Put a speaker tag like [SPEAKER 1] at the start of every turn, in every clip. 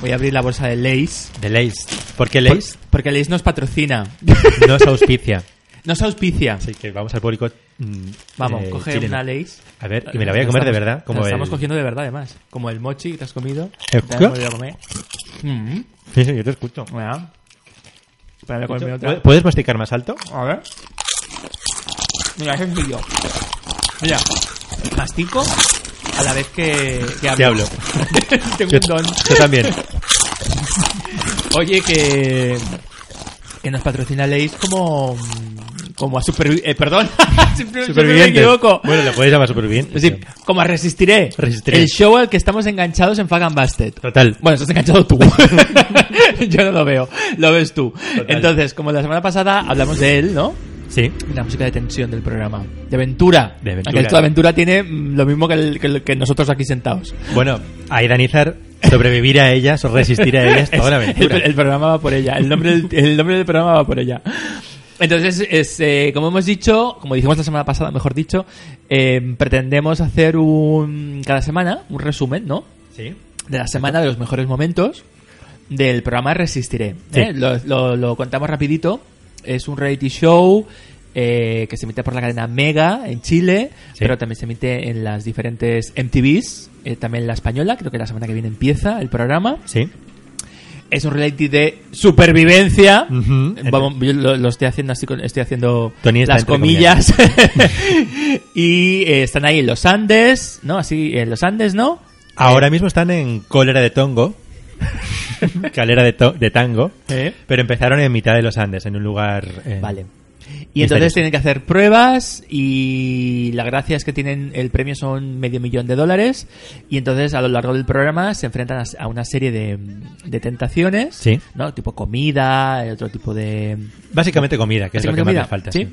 [SPEAKER 1] Voy a abrir la bolsa de Leis.
[SPEAKER 2] De Leis. ¿Por qué Leis?
[SPEAKER 1] Por- porque Leis nos patrocina.
[SPEAKER 2] No es auspicia.
[SPEAKER 1] Nos auspicia.
[SPEAKER 2] Así que vamos al público. mm,
[SPEAKER 1] Vamos,
[SPEAKER 2] eh,
[SPEAKER 1] coge
[SPEAKER 2] chileno.
[SPEAKER 1] una Leis.
[SPEAKER 2] A ver, y me la voy a comer de
[SPEAKER 1] Estamos-
[SPEAKER 2] verdad. Como
[SPEAKER 1] la estamos
[SPEAKER 2] el-
[SPEAKER 1] cogiendo de verdad, además. Como el mochi que te has comido.
[SPEAKER 2] ¿El
[SPEAKER 1] te has
[SPEAKER 2] qué?
[SPEAKER 1] volvido a comer. Mm,
[SPEAKER 2] Sí, sí, yo te escucho.
[SPEAKER 1] bueno. Espera, voy a comerme otra.
[SPEAKER 2] ¿Puedes- ¿Puedes masticar más alto?
[SPEAKER 1] A ver. Mira, es sencillo. Mira, mastico a la vez que, que hablo.
[SPEAKER 2] Te hablo.
[SPEAKER 1] Tengo
[SPEAKER 2] Yo,
[SPEAKER 1] un don.
[SPEAKER 2] yo también.
[SPEAKER 1] Oye, que, que nos patrocina Leis como, como a supervivientes. perdón, siempre, siempre me
[SPEAKER 2] Supervivientes.
[SPEAKER 1] equivoco.
[SPEAKER 2] Bueno, lo podéis llamar superviviente.
[SPEAKER 1] Es decir, como a Resistiré.
[SPEAKER 2] Resistiré.
[SPEAKER 1] El show al que estamos enganchados en Fag and Busted.
[SPEAKER 2] Total.
[SPEAKER 1] Bueno, estás enganchado tú. Yo no lo veo, lo ves tú. Entonces, como la semana pasada hablamos de él, ¿no?
[SPEAKER 2] Sí.
[SPEAKER 1] La música de tensión del programa. De aventura.
[SPEAKER 2] De aventura.
[SPEAKER 1] Aunque esto de aventura tiene mm, lo mismo que, el- que el- que nosotros aquí sentados.
[SPEAKER 2] Bueno, Aidanizar, sobrevivir a ellas o resistir a ellas, toda una
[SPEAKER 1] El,
[SPEAKER 2] aventura.
[SPEAKER 1] el programa va por ella. El nombre, del- el nombre del programa va por ella. Entonces, es, eh, como hemos dicho, como dijimos la semana pasada, mejor dicho, eh, pretendemos hacer un cada semana un resumen, ¿no?
[SPEAKER 2] Sí.
[SPEAKER 1] de la semana de los mejores momentos del programa Resistiré.
[SPEAKER 2] Sí.
[SPEAKER 1] ¿eh? Lo, lo- lo contamos rapidito. Es un reality show eh, que se emite por la cadena Mega en Chile,
[SPEAKER 2] Sí.
[SPEAKER 1] pero también se emite en las diferentes MTVs, eh, también la española, creo que la semana que viene empieza el programa.
[SPEAKER 2] Sí.
[SPEAKER 1] Es un reality de supervivencia.
[SPEAKER 2] Ujú.
[SPEAKER 1] Vamos, yo lo, lo estoy haciendo así, con- estoy haciendo
[SPEAKER 2] Tony está
[SPEAKER 1] las
[SPEAKER 2] entre
[SPEAKER 1] comillas. y eh, están ahí en los Andes, ¿no? Así, en los Andes, ¿no?
[SPEAKER 2] Ahora mismo están en cólera de tongo. Calera de, to- de tango.
[SPEAKER 1] ¿Eh?
[SPEAKER 2] Pero empezaron en mitad de los Andes, en un lugar. eh,
[SPEAKER 1] Vale. Y
[SPEAKER 2] Misterioso.
[SPEAKER 1] entonces tienen que hacer pruebas y la gracia es que tienen el premio son medio millón de dólares y entonces a lo largo del programa se enfrentan a- a una serie de, de tentaciones,
[SPEAKER 2] Sí.
[SPEAKER 1] ¿no? Tipo comida, eh, otro tipo de...
[SPEAKER 2] Básicamente comida, que es lo que más
[SPEAKER 1] comida,
[SPEAKER 2] les falta.
[SPEAKER 1] ¿sí?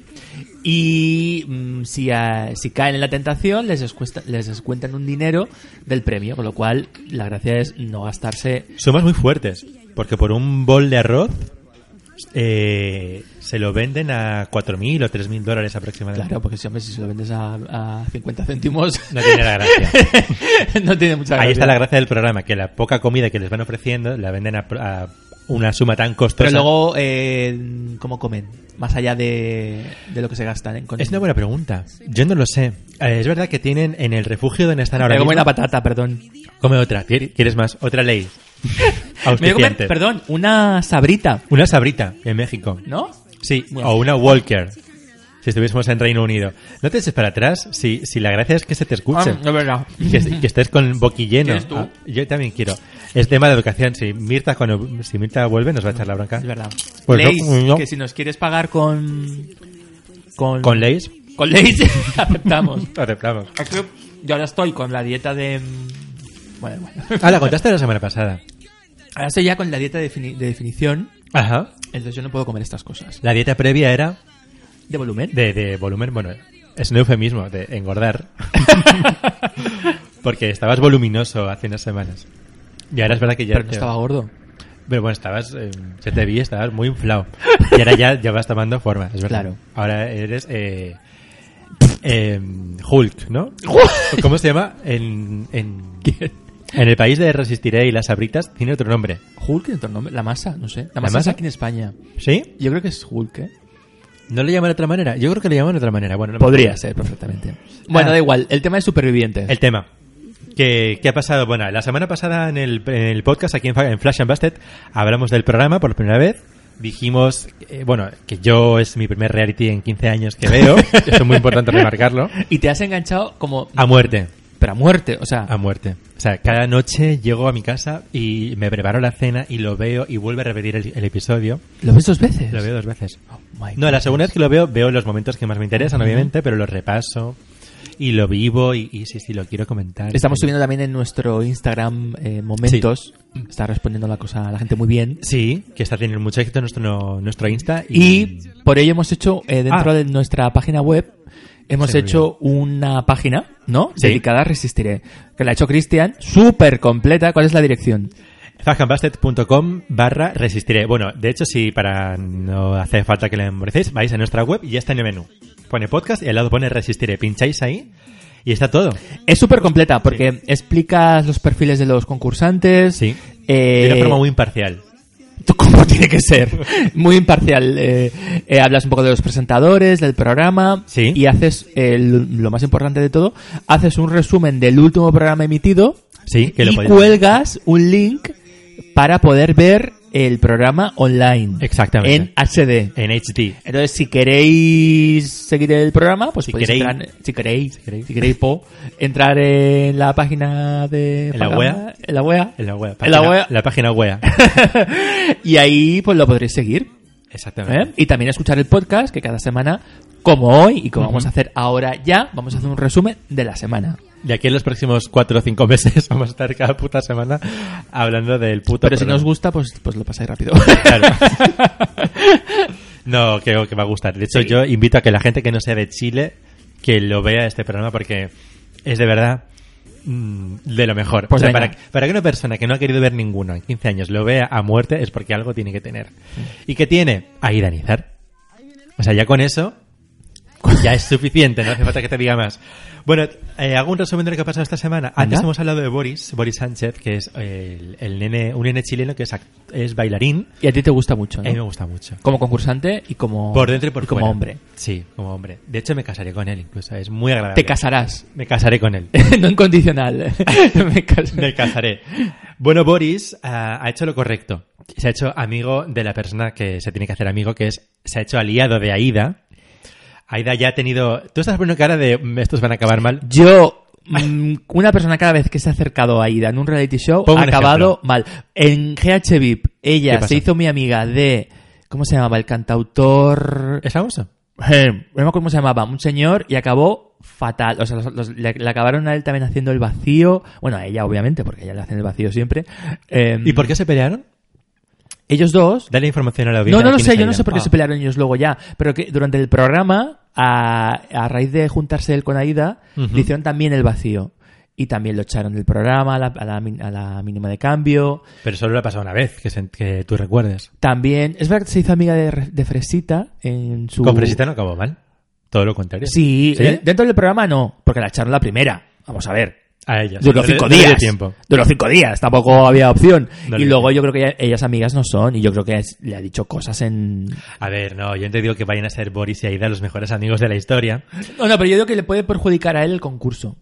[SPEAKER 1] Y mm, si, ah, si caen en la tentación les, descuesta- les descuentan un dinero del premio, con lo cual la gracia es no gastarse...
[SPEAKER 2] Sumas muy fuertes, porque por un bol de arroz eh, se lo venden a 4.000 o 3.000 dólares aproximadamente.
[SPEAKER 1] Claro, porque si, hombre, si se lo vendes a, a 50 céntimos...
[SPEAKER 2] No tiene la gracia.
[SPEAKER 1] no tiene mucha gracia.
[SPEAKER 2] Ahí está la gracia del programa, que la poca comida que les van ofreciendo la venden a, a una suma tan costosa.
[SPEAKER 1] Pero luego, eh, ¿cómo comen? Más allá de, de lo que se gastan. en con-
[SPEAKER 2] Es una buena pregunta. Yo no lo sé. Eh, Es verdad que tienen en el refugio donde están ahora
[SPEAKER 1] Me voy a comer
[SPEAKER 2] mismo-
[SPEAKER 1] una patata, perdón.
[SPEAKER 2] Come otra. ¿Qui- ¿Quieres más? Otra ley.
[SPEAKER 1] Me voy a comer,
[SPEAKER 2] Auspiciante.
[SPEAKER 1] perdón, una sabrita,
[SPEAKER 2] Una sabrita en México.
[SPEAKER 1] ¿no?
[SPEAKER 2] Sí,
[SPEAKER 1] Bueno.
[SPEAKER 2] o una Walker. Si estuviésemos en Reino Unido. No te eches para atrás si, si la gracia es que se te escuche.
[SPEAKER 1] Ah, de verdad.
[SPEAKER 2] Y que, que estés con boquilleno.
[SPEAKER 1] ¿Quieres tú?
[SPEAKER 2] Ah, yo también quiero. Es tema de educación. Si Mirta, cuando, si Mirta vuelve, nos va a echar la bronca.
[SPEAKER 1] Es verdad.
[SPEAKER 2] Pues no,
[SPEAKER 1] Leis,
[SPEAKER 2] no.
[SPEAKER 1] que si nos quieres pagar con... Con,
[SPEAKER 2] ¿Con leyes?
[SPEAKER 1] con Leis, aceptamos.
[SPEAKER 2] Aceptamos.
[SPEAKER 1] Aquí Yo ahora estoy con la dieta de... mm, Bueno, bueno.
[SPEAKER 2] Ah, la contaste la semana pasada.
[SPEAKER 1] Ahora estoy ya con la dieta de, defini- de definición,
[SPEAKER 2] Ajá.
[SPEAKER 1] entonces yo no puedo comer estas cosas.
[SPEAKER 2] La dieta previa era
[SPEAKER 1] ¿De volumen?
[SPEAKER 2] de, de volumen, bueno, es un eufemismo, de engordar. Porque estabas voluminoso hace unas semanas. Y ahora es verdad que ya...
[SPEAKER 1] Pero no
[SPEAKER 2] te-
[SPEAKER 1] estaba gordo.
[SPEAKER 2] Pero bueno, estabas, eh, se te vi, estabas muy inflado. Y ahora ya, ya vas tomando forma, es verdad.
[SPEAKER 1] Claro.
[SPEAKER 2] Ahora eres eh, eh, Hulk, ¿no? ¿Cómo se llama? En, en, en el país de Resistiré y las Abritas tiene otro nombre.
[SPEAKER 1] Hulk, en torno- la masa, no sé. La, masa, es
[SPEAKER 2] masa?
[SPEAKER 1] aquí en España.
[SPEAKER 2] ¿Sí?
[SPEAKER 1] Yo creo que es Hulk, ¿eh?
[SPEAKER 2] ¿No le llaman de otra manera? Yo creo que le llaman de otra manera. Bueno, no me
[SPEAKER 1] Podría
[SPEAKER 2] acuerdo.
[SPEAKER 1] ser, perfectamente. Bueno,
[SPEAKER 2] Ah.
[SPEAKER 1] da igual. El tema es superviviente.
[SPEAKER 2] El tema. ¿Qué, qué ha pasado? Bueno, la semana pasada en el, en el podcast aquí en, Fa- en Flash and Busted hablamos del programa por primera vez. Dijimos, eh, bueno, que yo es mi primer reality en 15 años que veo. Esto es muy importante remarcarlo.
[SPEAKER 1] Y te has enganchado como...
[SPEAKER 2] A muerte.
[SPEAKER 1] Pero a muerte, o sea...
[SPEAKER 2] A muerte. O sea, cada noche llego a mi casa y me preparo la cena y lo veo y vuelvo a repetir el, el episodio.
[SPEAKER 1] ¿Lo ves dos veces?
[SPEAKER 2] Lo veo dos veces.
[SPEAKER 1] Oh my
[SPEAKER 2] No,
[SPEAKER 1] God.
[SPEAKER 2] la segunda vez que lo veo, veo los momentos que más me interesan, obviamente, pero lo repaso y lo vivo y, y sí, sí, lo quiero comentar.
[SPEAKER 1] Estamos
[SPEAKER 2] Sí.
[SPEAKER 1] subiendo también en nuestro Instagram eh, momentos. Está respondiendo la cosa a la gente muy bien.
[SPEAKER 2] Sí, que está teniendo mucho éxito nuestro, nuestro Insta.
[SPEAKER 1] Y por ello hemos hecho, eh, dentro
[SPEAKER 2] Ah.
[SPEAKER 1] de nuestra página web, hemos
[SPEAKER 2] Se me
[SPEAKER 1] hecho una página, ¿no?
[SPEAKER 2] Sí.
[SPEAKER 1] Dedicada a Resistiré. Que la ha hecho Cristian, súper completa. ¿Cuál es la dirección?
[SPEAKER 2] fajambastet.com barra resistiré. Bueno, de hecho, si para no hacer falta que le memorecéis, vais a nuestra web y ya está en el menú. Pone podcast y al lado pone resistiré. Pincháis ahí y está todo.
[SPEAKER 1] Es súper completa porque explicas los perfiles de los concursantes,
[SPEAKER 2] Sí.
[SPEAKER 1] Eh,
[SPEAKER 2] De una forma muy imparcial.
[SPEAKER 1] como tiene que ser, muy imparcial. Eh, eh, hablas un poco de los presentadores, del programa
[SPEAKER 2] Sí.
[SPEAKER 1] y haces, eh, lo lo más importante de todo, haces un resumen del último programa emitido
[SPEAKER 2] Sí, que lo
[SPEAKER 1] y
[SPEAKER 2] podéis-
[SPEAKER 1] cuelgas un link para poder ver el programa online.
[SPEAKER 2] Exactamente.
[SPEAKER 1] En HD.
[SPEAKER 2] En HD.
[SPEAKER 1] Entonces, si queréis seguir el programa, pues
[SPEAKER 2] Si
[SPEAKER 1] podéis
[SPEAKER 2] queréis.
[SPEAKER 1] entrar, si queréis, si
[SPEAKER 2] queréis.
[SPEAKER 1] queréis, po, entrar en la página de
[SPEAKER 2] En la
[SPEAKER 1] Fagama,
[SPEAKER 2] wea.
[SPEAKER 1] en la wea,
[SPEAKER 2] En la web.
[SPEAKER 1] En la
[SPEAKER 2] Página-
[SPEAKER 1] wea.
[SPEAKER 2] La página web.
[SPEAKER 1] y ahí pues lo podréis seguir, ¿eh?
[SPEAKER 2] Exactamente.
[SPEAKER 1] Y también escuchar el podcast que cada semana, como hoy y como
[SPEAKER 2] Ujú.
[SPEAKER 1] vamos a hacer ahora ya, vamos a hacer un resumen de la semana.
[SPEAKER 2] De aquí en los próximos cuatro o cinco meses vamos a estar cada puta semana hablando del puto.
[SPEAKER 1] Pero si no
[SPEAKER 2] programa.
[SPEAKER 1] os gusta, pues pues lo pasáis rápido.
[SPEAKER 2] Claro. no, creo que va a gustar. De hecho, yo invito a que la gente que no sea de Chile que lo vea este programa porque es de verdad mm, de lo mejor.
[SPEAKER 1] Pues
[SPEAKER 2] O sea,
[SPEAKER 1] venga.
[SPEAKER 2] para, para que una persona que no ha querido ver ninguno en 15 años lo vea a muerte es porque algo tiene que tener.
[SPEAKER 1] Mm.
[SPEAKER 2] ¿Y qué tiene? A iranizar. O sea, ya con eso ya es suficiente, no hace falta que te diga más. Bueno, eh, hago un resumen de lo que ha pasado esta semana. Antes
[SPEAKER 1] Venga.
[SPEAKER 2] hemos hablado de Boris, Boris Sánchez, que es eh, el, el nene, un nene chileno que es, act- es bailarín.
[SPEAKER 1] y a ti te gusta mucho,
[SPEAKER 2] A mí me
[SPEAKER 1] ¿no?
[SPEAKER 2] gusta mucho.
[SPEAKER 1] Como concursante y como
[SPEAKER 2] Eh, Por dentro y por
[SPEAKER 1] como
[SPEAKER 2] fuera.
[SPEAKER 1] hombre.
[SPEAKER 2] Sí, como hombre. De hecho, me casaré con él incluso. Es muy agradable.
[SPEAKER 1] Te casarás.
[SPEAKER 2] Me casaré con él.
[SPEAKER 1] no incondicional. Me casaré.
[SPEAKER 2] me casaré. Bueno, Boris ah, ha hecho lo correcto. Se ha hecho amigo de la persona que se tiene que hacer amigo, que es... Se ha hecho aliado de Aida. Aida ya ha tenido... Tú estás poniendo cara de... "Mm, Estos van a acabar mal.
[SPEAKER 1] Yo, mm, una persona cada vez que se ha acercado a Ida en un reality show
[SPEAKER 2] Pongo
[SPEAKER 1] ha
[SPEAKER 2] un
[SPEAKER 1] acabado mal. En GH VIP,
[SPEAKER 2] ¿Qué
[SPEAKER 1] ella
[SPEAKER 2] pasa?
[SPEAKER 1] se hizo muy amiga de. ¿Cómo se llamaba? El cantautor.
[SPEAKER 2] ¿Es famoso?
[SPEAKER 1] Eh, no me acuerdo cómo se llamaba. Un señor y acabó fatal. O sea, los- los- le, le acabaron a él también haciendo el vacío. Bueno, a ella, obviamente, porque a ella le hacen el vacío siempre. Eh,
[SPEAKER 2] ¿Y por qué se pelearon?
[SPEAKER 1] Ellos dos
[SPEAKER 2] Dale información a la audiencia.
[SPEAKER 1] No, no
[SPEAKER 2] de
[SPEAKER 1] lo
[SPEAKER 2] quién
[SPEAKER 1] sé,
[SPEAKER 2] es
[SPEAKER 1] yo no
[SPEAKER 2] Aida.
[SPEAKER 1] sé por qué
[SPEAKER 2] Ah.
[SPEAKER 1] se pelearon ellos luego ya, pero que durante el programa, a, a raíz de juntarse él con Aida,
[SPEAKER 2] Ujú.
[SPEAKER 1] le hicieron también el vacío. Y también lo echaron del programa a la, a la min- a la mínima de cambio.
[SPEAKER 2] Pero solo le ha pasado una vez, que, se- que tú recuerdes.
[SPEAKER 1] También, es verdad que se hizo amiga de, Re- de Fresita en su...
[SPEAKER 2] Con Fresita no acabó mal. Todo lo contrario.
[SPEAKER 1] Sí, eh, dentro del programa no, porque la echaron la primera. Vamos a ver.
[SPEAKER 2] A ella.
[SPEAKER 1] Duró
[SPEAKER 2] No le-
[SPEAKER 1] cinco
[SPEAKER 2] no le dio
[SPEAKER 1] días.
[SPEAKER 2] tiempo.
[SPEAKER 1] Duró cinco días, tampoco había opción.
[SPEAKER 2] No le
[SPEAKER 1] y
[SPEAKER 2] dio
[SPEAKER 1] luego yo creo que ella- ellas amigas no son, y yo creo que es- le ha dicho cosas en...
[SPEAKER 2] A ver, no, yo te digo que vayan a ser Boris y Aida los mejores amigos de la historia.
[SPEAKER 1] No, no, pero yo digo que le puede perjudicar a él el concurso.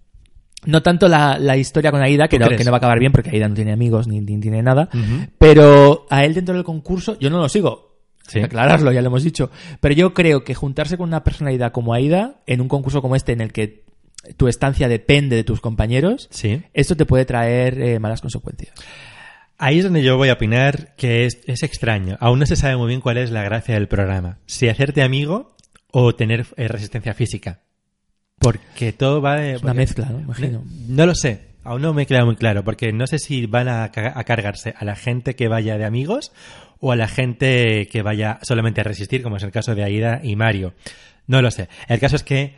[SPEAKER 1] No tanto la, la historia con Aida, que
[SPEAKER 2] ¿Tú
[SPEAKER 1] no,
[SPEAKER 2] crees?
[SPEAKER 1] que no va a acabar bien porque Aida no tiene amigos ni, ni tiene nada.
[SPEAKER 2] Ujú.
[SPEAKER 1] Pero a él dentro del concurso, yo no lo sigo.
[SPEAKER 2] Sí.
[SPEAKER 1] Aclararlo, ya lo hemos dicho. Pero yo creo que juntarse con una personalidad como Aida en un concurso como este en el que tu estancia depende de tus compañeros,
[SPEAKER 2] Sí.
[SPEAKER 1] esto te puede traer eh, malas consecuencias.
[SPEAKER 2] Ahí es donde yo voy a opinar que es, es extraño. Aún no se sabe muy bien cuál es la gracia del programa. Si hacerte amigo o tener eh, resistencia física. Porque todo va de...
[SPEAKER 1] Es una
[SPEAKER 2] porque-
[SPEAKER 1] mezcla, ¿no? Imagino.
[SPEAKER 2] No lo sé. Aún no me queda muy claro. Porque no sé si van a, ca- a cargarse a la gente que vaya de amigos o a la gente que vaya solamente a resistir, como es el caso de Aida y Mario. No lo sé. El caso es que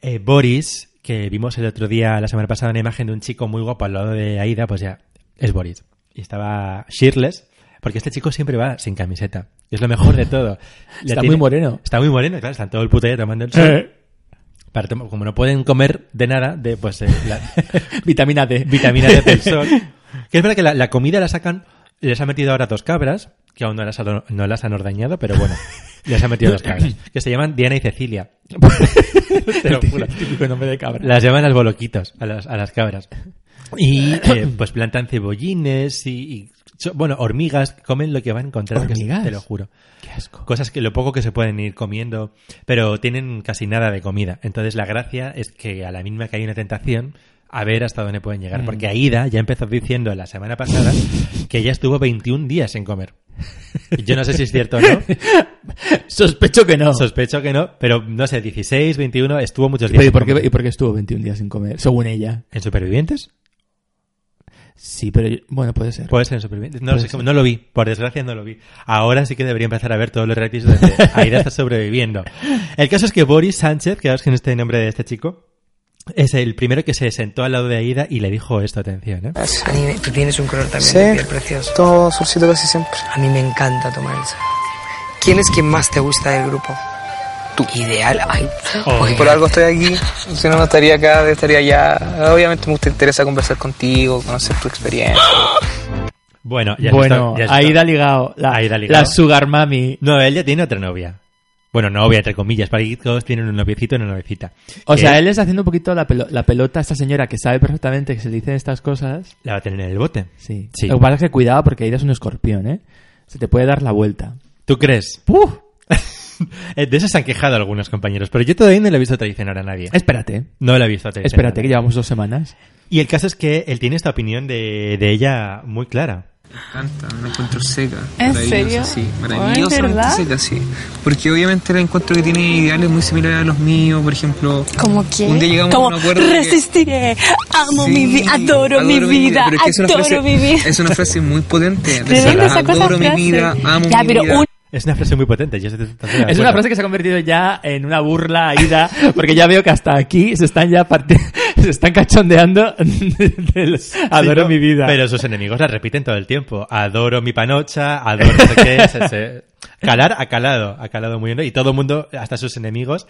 [SPEAKER 2] eh, Boris, que vimos el otro día, la semana pasada, una imagen de un chico muy guapo al lado de Aida, pues ya, es Boris. Y estaba shirtless, porque este chico siempre va sin camiseta. Y es lo mejor de todo. Le
[SPEAKER 1] Está
[SPEAKER 2] tiene-
[SPEAKER 1] muy moreno.
[SPEAKER 2] Está muy moreno, claro, están todo el puto día tomando el sol.
[SPEAKER 1] Eh,
[SPEAKER 2] Para tom- como no pueden comer de nada, de pues eh, la
[SPEAKER 1] vitamina D.
[SPEAKER 2] vitamina D del sol. Que es verdad que la, la comida la sacan, les han metido ahora dos cabras, que aún no las, han- no las han ordañado, pero bueno, les han metido dos cabras, que se llaman Diana y Cecilia. Te lo juro.
[SPEAKER 1] Típico nombre de cabra.
[SPEAKER 2] Las llaman las boloquitos, a las, a las cabras. Y eh, pues plantan cebollines y, y so- bueno, hormigas, comen lo que van a encontrar, que es-
[SPEAKER 1] ¿Hormigas?
[SPEAKER 2] te lo juro.
[SPEAKER 1] Qué asco.
[SPEAKER 2] Cosas que lo poco que se pueden ir comiendo, pero tienen casi nada de comida. Entonces la gracia es que a la misma que hay una tentación, a ver hasta dónde pueden llegar.
[SPEAKER 1] Mm.
[SPEAKER 2] Porque Aida ya empezó diciendo la semana pasada que ella estuvo 21 días sin comer. Y Yo no sé si es cierto o no,
[SPEAKER 1] Sospecho que no.
[SPEAKER 2] sospecho que no, pero no sé, 16, 21, estuvo muchos días.
[SPEAKER 1] Pero ¿y
[SPEAKER 2] sin
[SPEAKER 1] por, qué,
[SPEAKER 2] comer.
[SPEAKER 1] ¿Y por qué estuvo 21 días sin comer? Según ella.
[SPEAKER 2] ¿En Supervivientes?
[SPEAKER 1] Sí, pero yo- bueno, puede ser.
[SPEAKER 2] Puede ser en Supervivientes. No, lo
[SPEAKER 1] Puede
[SPEAKER 2] sé,
[SPEAKER 1] ser.
[SPEAKER 2] no lo vi, por desgracia no lo vi. Ahora sí que debería empezar a ver todos los realities donde Aida está sobreviviendo. El caso es que Boris Sánchez, quedaos con este nombre de este chico, es el primero que se sentó al lado de Aida y le dijo esto, atención, ¿eh?
[SPEAKER 3] A mí me- tú tienes un color también de
[SPEAKER 4] Sí,
[SPEAKER 3] piel precioso.
[SPEAKER 4] tomo surcito casi siempre.
[SPEAKER 3] A mí me encanta tomar el sol. ¿Quién es quien más te gusta del grupo? Tú. Ideal. Ay, oye,
[SPEAKER 4] Por algo estoy aquí, si no, no estaría acá, estaría allá. Obviamente me gusta, interesa conversar contigo, conocer tu experiencia.
[SPEAKER 2] Bueno, ya
[SPEAKER 1] bueno,
[SPEAKER 2] está, ya está.
[SPEAKER 1] Aida Ligao, la,
[SPEAKER 2] Aida Ligao.
[SPEAKER 1] la Sugar Mami.
[SPEAKER 2] No, él ya tiene otra novia. Bueno, novia, entre comillas, para que todos tienen un noviecito y una noviecita.
[SPEAKER 1] O
[SPEAKER 2] Que
[SPEAKER 1] sea, él está haciendo un poquito la, pelo- la pelota a esta señora que sabe perfectamente que se le dicen estas cosas.
[SPEAKER 2] La va a tener en el bote.
[SPEAKER 1] Sí.
[SPEAKER 2] Sí.
[SPEAKER 1] Lo que pasa es que cuidado porque Aida es un escorpión, ¿eh? Se te puede dar la vuelta.
[SPEAKER 2] ¿Tú crees?
[SPEAKER 1] ¡Puf!
[SPEAKER 2] Eh, De eso se han quejado algunos compañeros, pero yo todavía no le he visto traicionar a nadie.
[SPEAKER 1] Espérate.
[SPEAKER 2] No la he visto traicionar.
[SPEAKER 1] Espérate, que llevamos dos semanas.
[SPEAKER 2] Y el caso es que él tiene esta opinión de, de ella muy clara.
[SPEAKER 4] encanta, la encuentro seca.
[SPEAKER 5] ¿En
[SPEAKER 4] maravillosa,
[SPEAKER 5] serio?
[SPEAKER 4] Sí,
[SPEAKER 5] Ay,
[SPEAKER 4] maravillosamente
[SPEAKER 5] ¿verdad?
[SPEAKER 4] seca, sí. Porque obviamente la encuentro que tiene ideales muy similares a los míos, por ejemplo.
[SPEAKER 5] Como que
[SPEAKER 4] Un día llegamos a
[SPEAKER 5] como
[SPEAKER 4] un acuerdo. que-
[SPEAKER 5] resistiré, amo
[SPEAKER 4] Sí,
[SPEAKER 5] mi vida, adoro, mi vida,
[SPEAKER 4] pero es que es una
[SPEAKER 5] adoro
[SPEAKER 4] frase-
[SPEAKER 5] mi vida.
[SPEAKER 4] Es una frase muy potente.
[SPEAKER 5] ¿De dónde sacó esa
[SPEAKER 4] adoro mi
[SPEAKER 5] frase?
[SPEAKER 4] vida, amo
[SPEAKER 5] Ya,
[SPEAKER 4] mi
[SPEAKER 5] pero
[SPEAKER 4] vida.
[SPEAKER 5] un-
[SPEAKER 2] Es una frase muy potente. yo estoy totalmente de
[SPEAKER 1] Es una
[SPEAKER 2] acuerdo.
[SPEAKER 1] frase que se ha convertido ya en una burla, Aida, porque ya veo que hasta aquí se están ya parti- se están cachondeando del adoro
[SPEAKER 2] Sí, ¿no?
[SPEAKER 1] mi vida.
[SPEAKER 2] Pero sus enemigos la repiten todo el tiempo. Adoro mi panocha, adoro no sé qué. se- se- Calar ha calado, ha calado muy bien. ¿no? Y todo el mundo, hasta sus enemigos,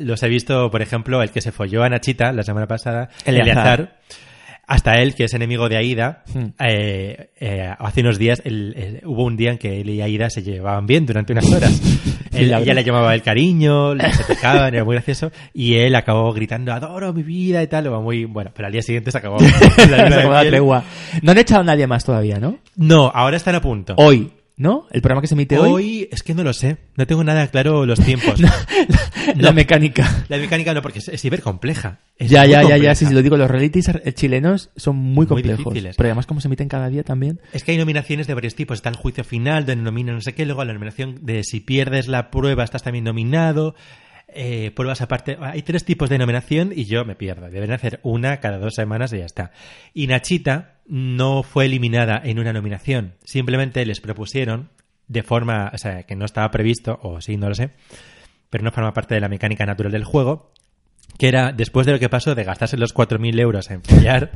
[SPEAKER 2] los he visto, por ejemplo, el que se folló a Nachita la semana pasada,
[SPEAKER 1] Eleazar.
[SPEAKER 2] Eleazar. Hasta él, que es enemigo de Aida,
[SPEAKER 1] Hmm.
[SPEAKER 2] eh, eh, hace unos días el- eh, hubo un día en que él y Aida se llevaban bien durante unas horas. Él-
[SPEAKER 1] la verdad.
[SPEAKER 2] ella le llamaba el cariño, le- se tocaban, era muy gracioso, y él acabó gritando, adoro mi vida y tal, o muy, bueno, pero al día siguiente se acabó. la luna
[SPEAKER 1] Se
[SPEAKER 2] de
[SPEAKER 1] acabó la
[SPEAKER 2] miel.
[SPEAKER 1] tregua. No han echado a nadie más todavía, ¿no?
[SPEAKER 2] No, ahora están a punto.
[SPEAKER 1] Hoy, ¿no? El programa que se emite hoy.
[SPEAKER 2] Hoy es que no lo sé. No tengo nada claro los tiempos.
[SPEAKER 1] La mecánica.
[SPEAKER 2] La mecánica no, porque es, es hipercompleja. Es
[SPEAKER 1] Ya,
[SPEAKER 2] muy
[SPEAKER 1] ya, ya, ya.
[SPEAKER 2] compleja.
[SPEAKER 1] Si lo digo, los realities ar- chilenos son muy
[SPEAKER 2] Muy
[SPEAKER 1] complejos.
[SPEAKER 2] difíciles.
[SPEAKER 1] pero además, como se emiten cada día también.
[SPEAKER 2] Es que hay nominaciones de varios tipos. Está el juicio final, donde nomina no sé qué, luego la nominación de si pierdes la prueba estás también nominado. Eh, pruebas aparte. Hay tres tipos de nominación y yo me pierdo. Deben hacer una cada dos semanas y ya está. Y Nachita no fue eliminada en una nominación. Simplemente les propusieron de forma, o sea, que no estaba previsto, o sí, no lo sé, pero no forma parte de la mecánica natural del juego, que era después de lo que pasó de gastarse los 4.000 euros en follar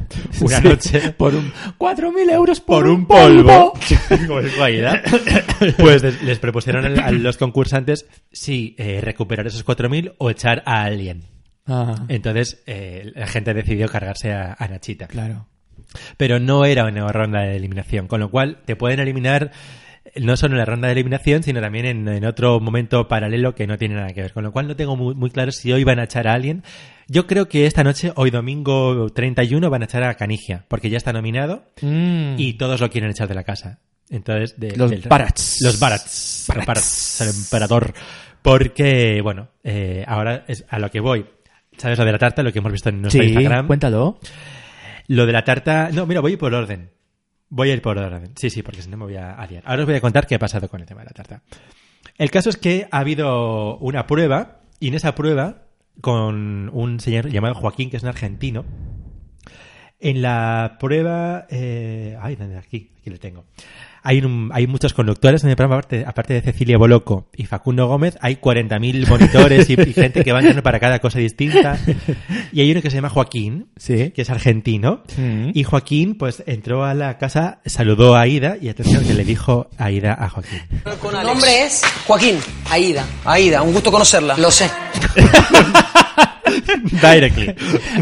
[SPEAKER 2] una
[SPEAKER 1] Sí,
[SPEAKER 2] noche
[SPEAKER 1] Por un. 4.000 euros por,
[SPEAKER 2] por un polvo. Como es guaidá. pues les, les propusieron al- a los concursantes si eh, recuperar esos 4.000 o echar a alguien.
[SPEAKER 1] Ah,
[SPEAKER 2] Entonces eh, la gente decidió cargarse a, a Nachita.
[SPEAKER 1] claro.
[SPEAKER 2] Pero no era una ronda de eliminación, con lo cual te pueden eliminar eh, no solo en la ronda de eliminación, sino también en, en otro momento paralelo que no tiene nada que ver. Con lo cual no tengo muy, muy claro si hoy van a echar a alguien. Yo creo que esta noche, hoy domingo 31, van a echar a Canigia, porque ya está nominado
[SPEAKER 1] mm.
[SPEAKER 2] y todos lo quieren echar de la casa. Entonces, de,
[SPEAKER 1] Los
[SPEAKER 2] del-
[SPEAKER 1] Barats.
[SPEAKER 2] Los Barats.
[SPEAKER 1] Barats.
[SPEAKER 2] Los Barats, El emperador. Porque, bueno, eh, ahora es a lo que voy. ¿Sabes lo de la tarta? Lo que hemos visto en nuestro
[SPEAKER 1] sí,
[SPEAKER 2] Instagram.
[SPEAKER 1] cuéntalo.
[SPEAKER 2] Lo de la tarta. No, mira, voy a ir por orden. Voy a ir por orden. Sí, sí, porque si no me voy a aliar. Ahora os voy a contar qué ha pasado con el tema de la tarta. El caso es que ha habido una prueba, y en esa prueba, con un señor llamado Joaquín, que es un argentino. En la prueba. eh, ay, ¿dónde? Aquí, aquí lo tengo. Hay, un- hay muchos conductores en el programa, aparte, aparte de Cecilia Boloco y Facundo Gómez, hay 40.000 monitores y, y gente que va entrando para cada cosa distinta. Y hay uno que se llama Joaquín,
[SPEAKER 1] Sí.
[SPEAKER 2] que es argentino.
[SPEAKER 1] Mm.
[SPEAKER 2] Y Joaquín, pues, entró a la casa, saludó a Aida y atención que le dijo Aida a Joaquín.
[SPEAKER 3] Tu nombre es Joaquín. Aida.
[SPEAKER 4] Aida, un gusto conocerla.
[SPEAKER 3] Lo sé.
[SPEAKER 2] Directly.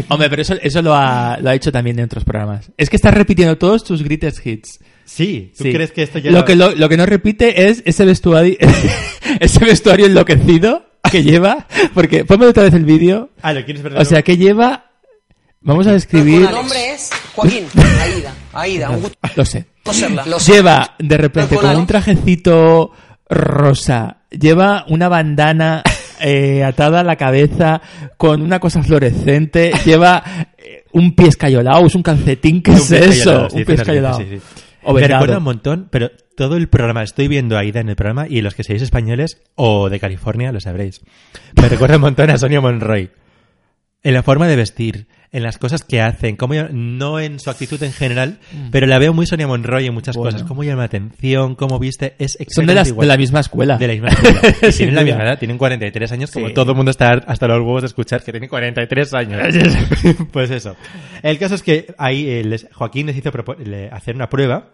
[SPEAKER 1] Hombre, pero eso, eso lo, ha, lo ha hecho también en otros programas. Es que estás repitiendo todos tus greatest hits.
[SPEAKER 2] Sí, ¿tú
[SPEAKER 1] Sí.
[SPEAKER 2] crees que esto ya
[SPEAKER 1] lo, que lo, lo que no repite es ese vestuario, ese vestuario enloquecido que lleva. Porque, ponme otra vez el vídeo.
[SPEAKER 2] Ah, ¿lo quieres ver de
[SPEAKER 1] O sea,
[SPEAKER 2] nuevo?
[SPEAKER 1] que lleva. Vamos a
[SPEAKER 3] Tu
[SPEAKER 1] describir.
[SPEAKER 3] nombre es Joaquín. Aida.
[SPEAKER 4] Aida,
[SPEAKER 6] ¿eh?
[SPEAKER 4] un gusto
[SPEAKER 1] Lo sé.
[SPEAKER 3] Conocerla. Lo sé.
[SPEAKER 1] Lleva de repente
[SPEAKER 3] Pero con
[SPEAKER 1] como
[SPEAKER 3] la-
[SPEAKER 1] un trajecito rosa, lleva una bandana eh, atada a la cabeza con una cosa fluorescente, lleva eh, un pie escayolado, es un calcetín, ¿qué
[SPEAKER 2] Un
[SPEAKER 1] es
[SPEAKER 2] pie
[SPEAKER 1] eso?
[SPEAKER 2] escayolado, sí,
[SPEAKER 1] Un pie escayolado.
[SPEAKER 2] sí, sí.
[SPEAKER 1] O
[SPEAKER 2] Me
[SPEAKER 1] vendado.
[SPEAKER 2] recuerda un montón, pero todo el programa, estoy viendo a Aida en el programa y los que seáis españoles o de California lo sabréis. Me recuerda un montón a Sonia Monroy. En la forma de vestir, en las cosas que hacen, cómo llama- no en su actitud en general, pero la veo muy Sonia Monroy en muchas
[SPEAKER 1] Mm. Bueno.
[SPEAKER 2] cosas. Cómo llama la atención, cómo viste, es
[SPEAKER 1] Son de,
[SPEAKER 2] exactamente
[SPEAKER 1] las-
[SPEAKER 2] igual.
[SPEAKER 1] de la misma escuela.
[SPEAKER 2] De la misma edad. Y
[SPEAKER 1] Ah. Sin
[SPEAKER 2] tienen la
[SPEAKER 1] duda.
[SPEAKER 2] misma edad, tienen 43 años, como
[SPEAKER 1] Sí.
[SPEAKER 2] todo el mundo está hasta los huevos de escuchar que tiene 43 años. pues eso. El caso es que ahí eh, les- Joaquín les hizo propo- le- hacer una prueba.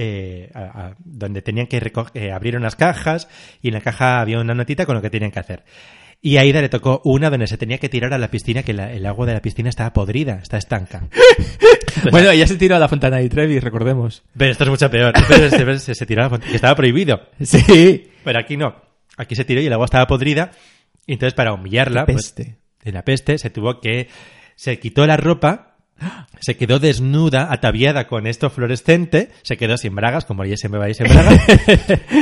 [SPEAKER 2] eh, a- a- donde tenían que reco- eh, abrir unas cajas y en la caja había una notita con lo que tenían que hacer. Y a Aida le tocó una donde se tenía que tirar a la piscina, que la- el agua de la piscina estaba podrida, está estanca.
[SPEAKER 1] Bueno, ella se tiró a la Fontana de Trevi, recordemos.
[SPEAKER 2] Pero esto es mucho peor. Pero se, se, se tiró a la fuente, que estaba prohibido.
[SPEAKER 1] Sí.
[SPEAKER 2] Pero aquí no. Aquí se tiró y el agua estaba podrida. Y entonces, para humillarla,
[SPEAKER 1] Qué
[SPEAKER 2] pues,
[SPEAKER 1] peste.
[SPEAKER 2] de la peste, se tuvo que. Se quitó la ropa, se quedó desnuda, ataviada con esto fluorescente, se quedó sin bragas, como ella siempre va ir sin bragas,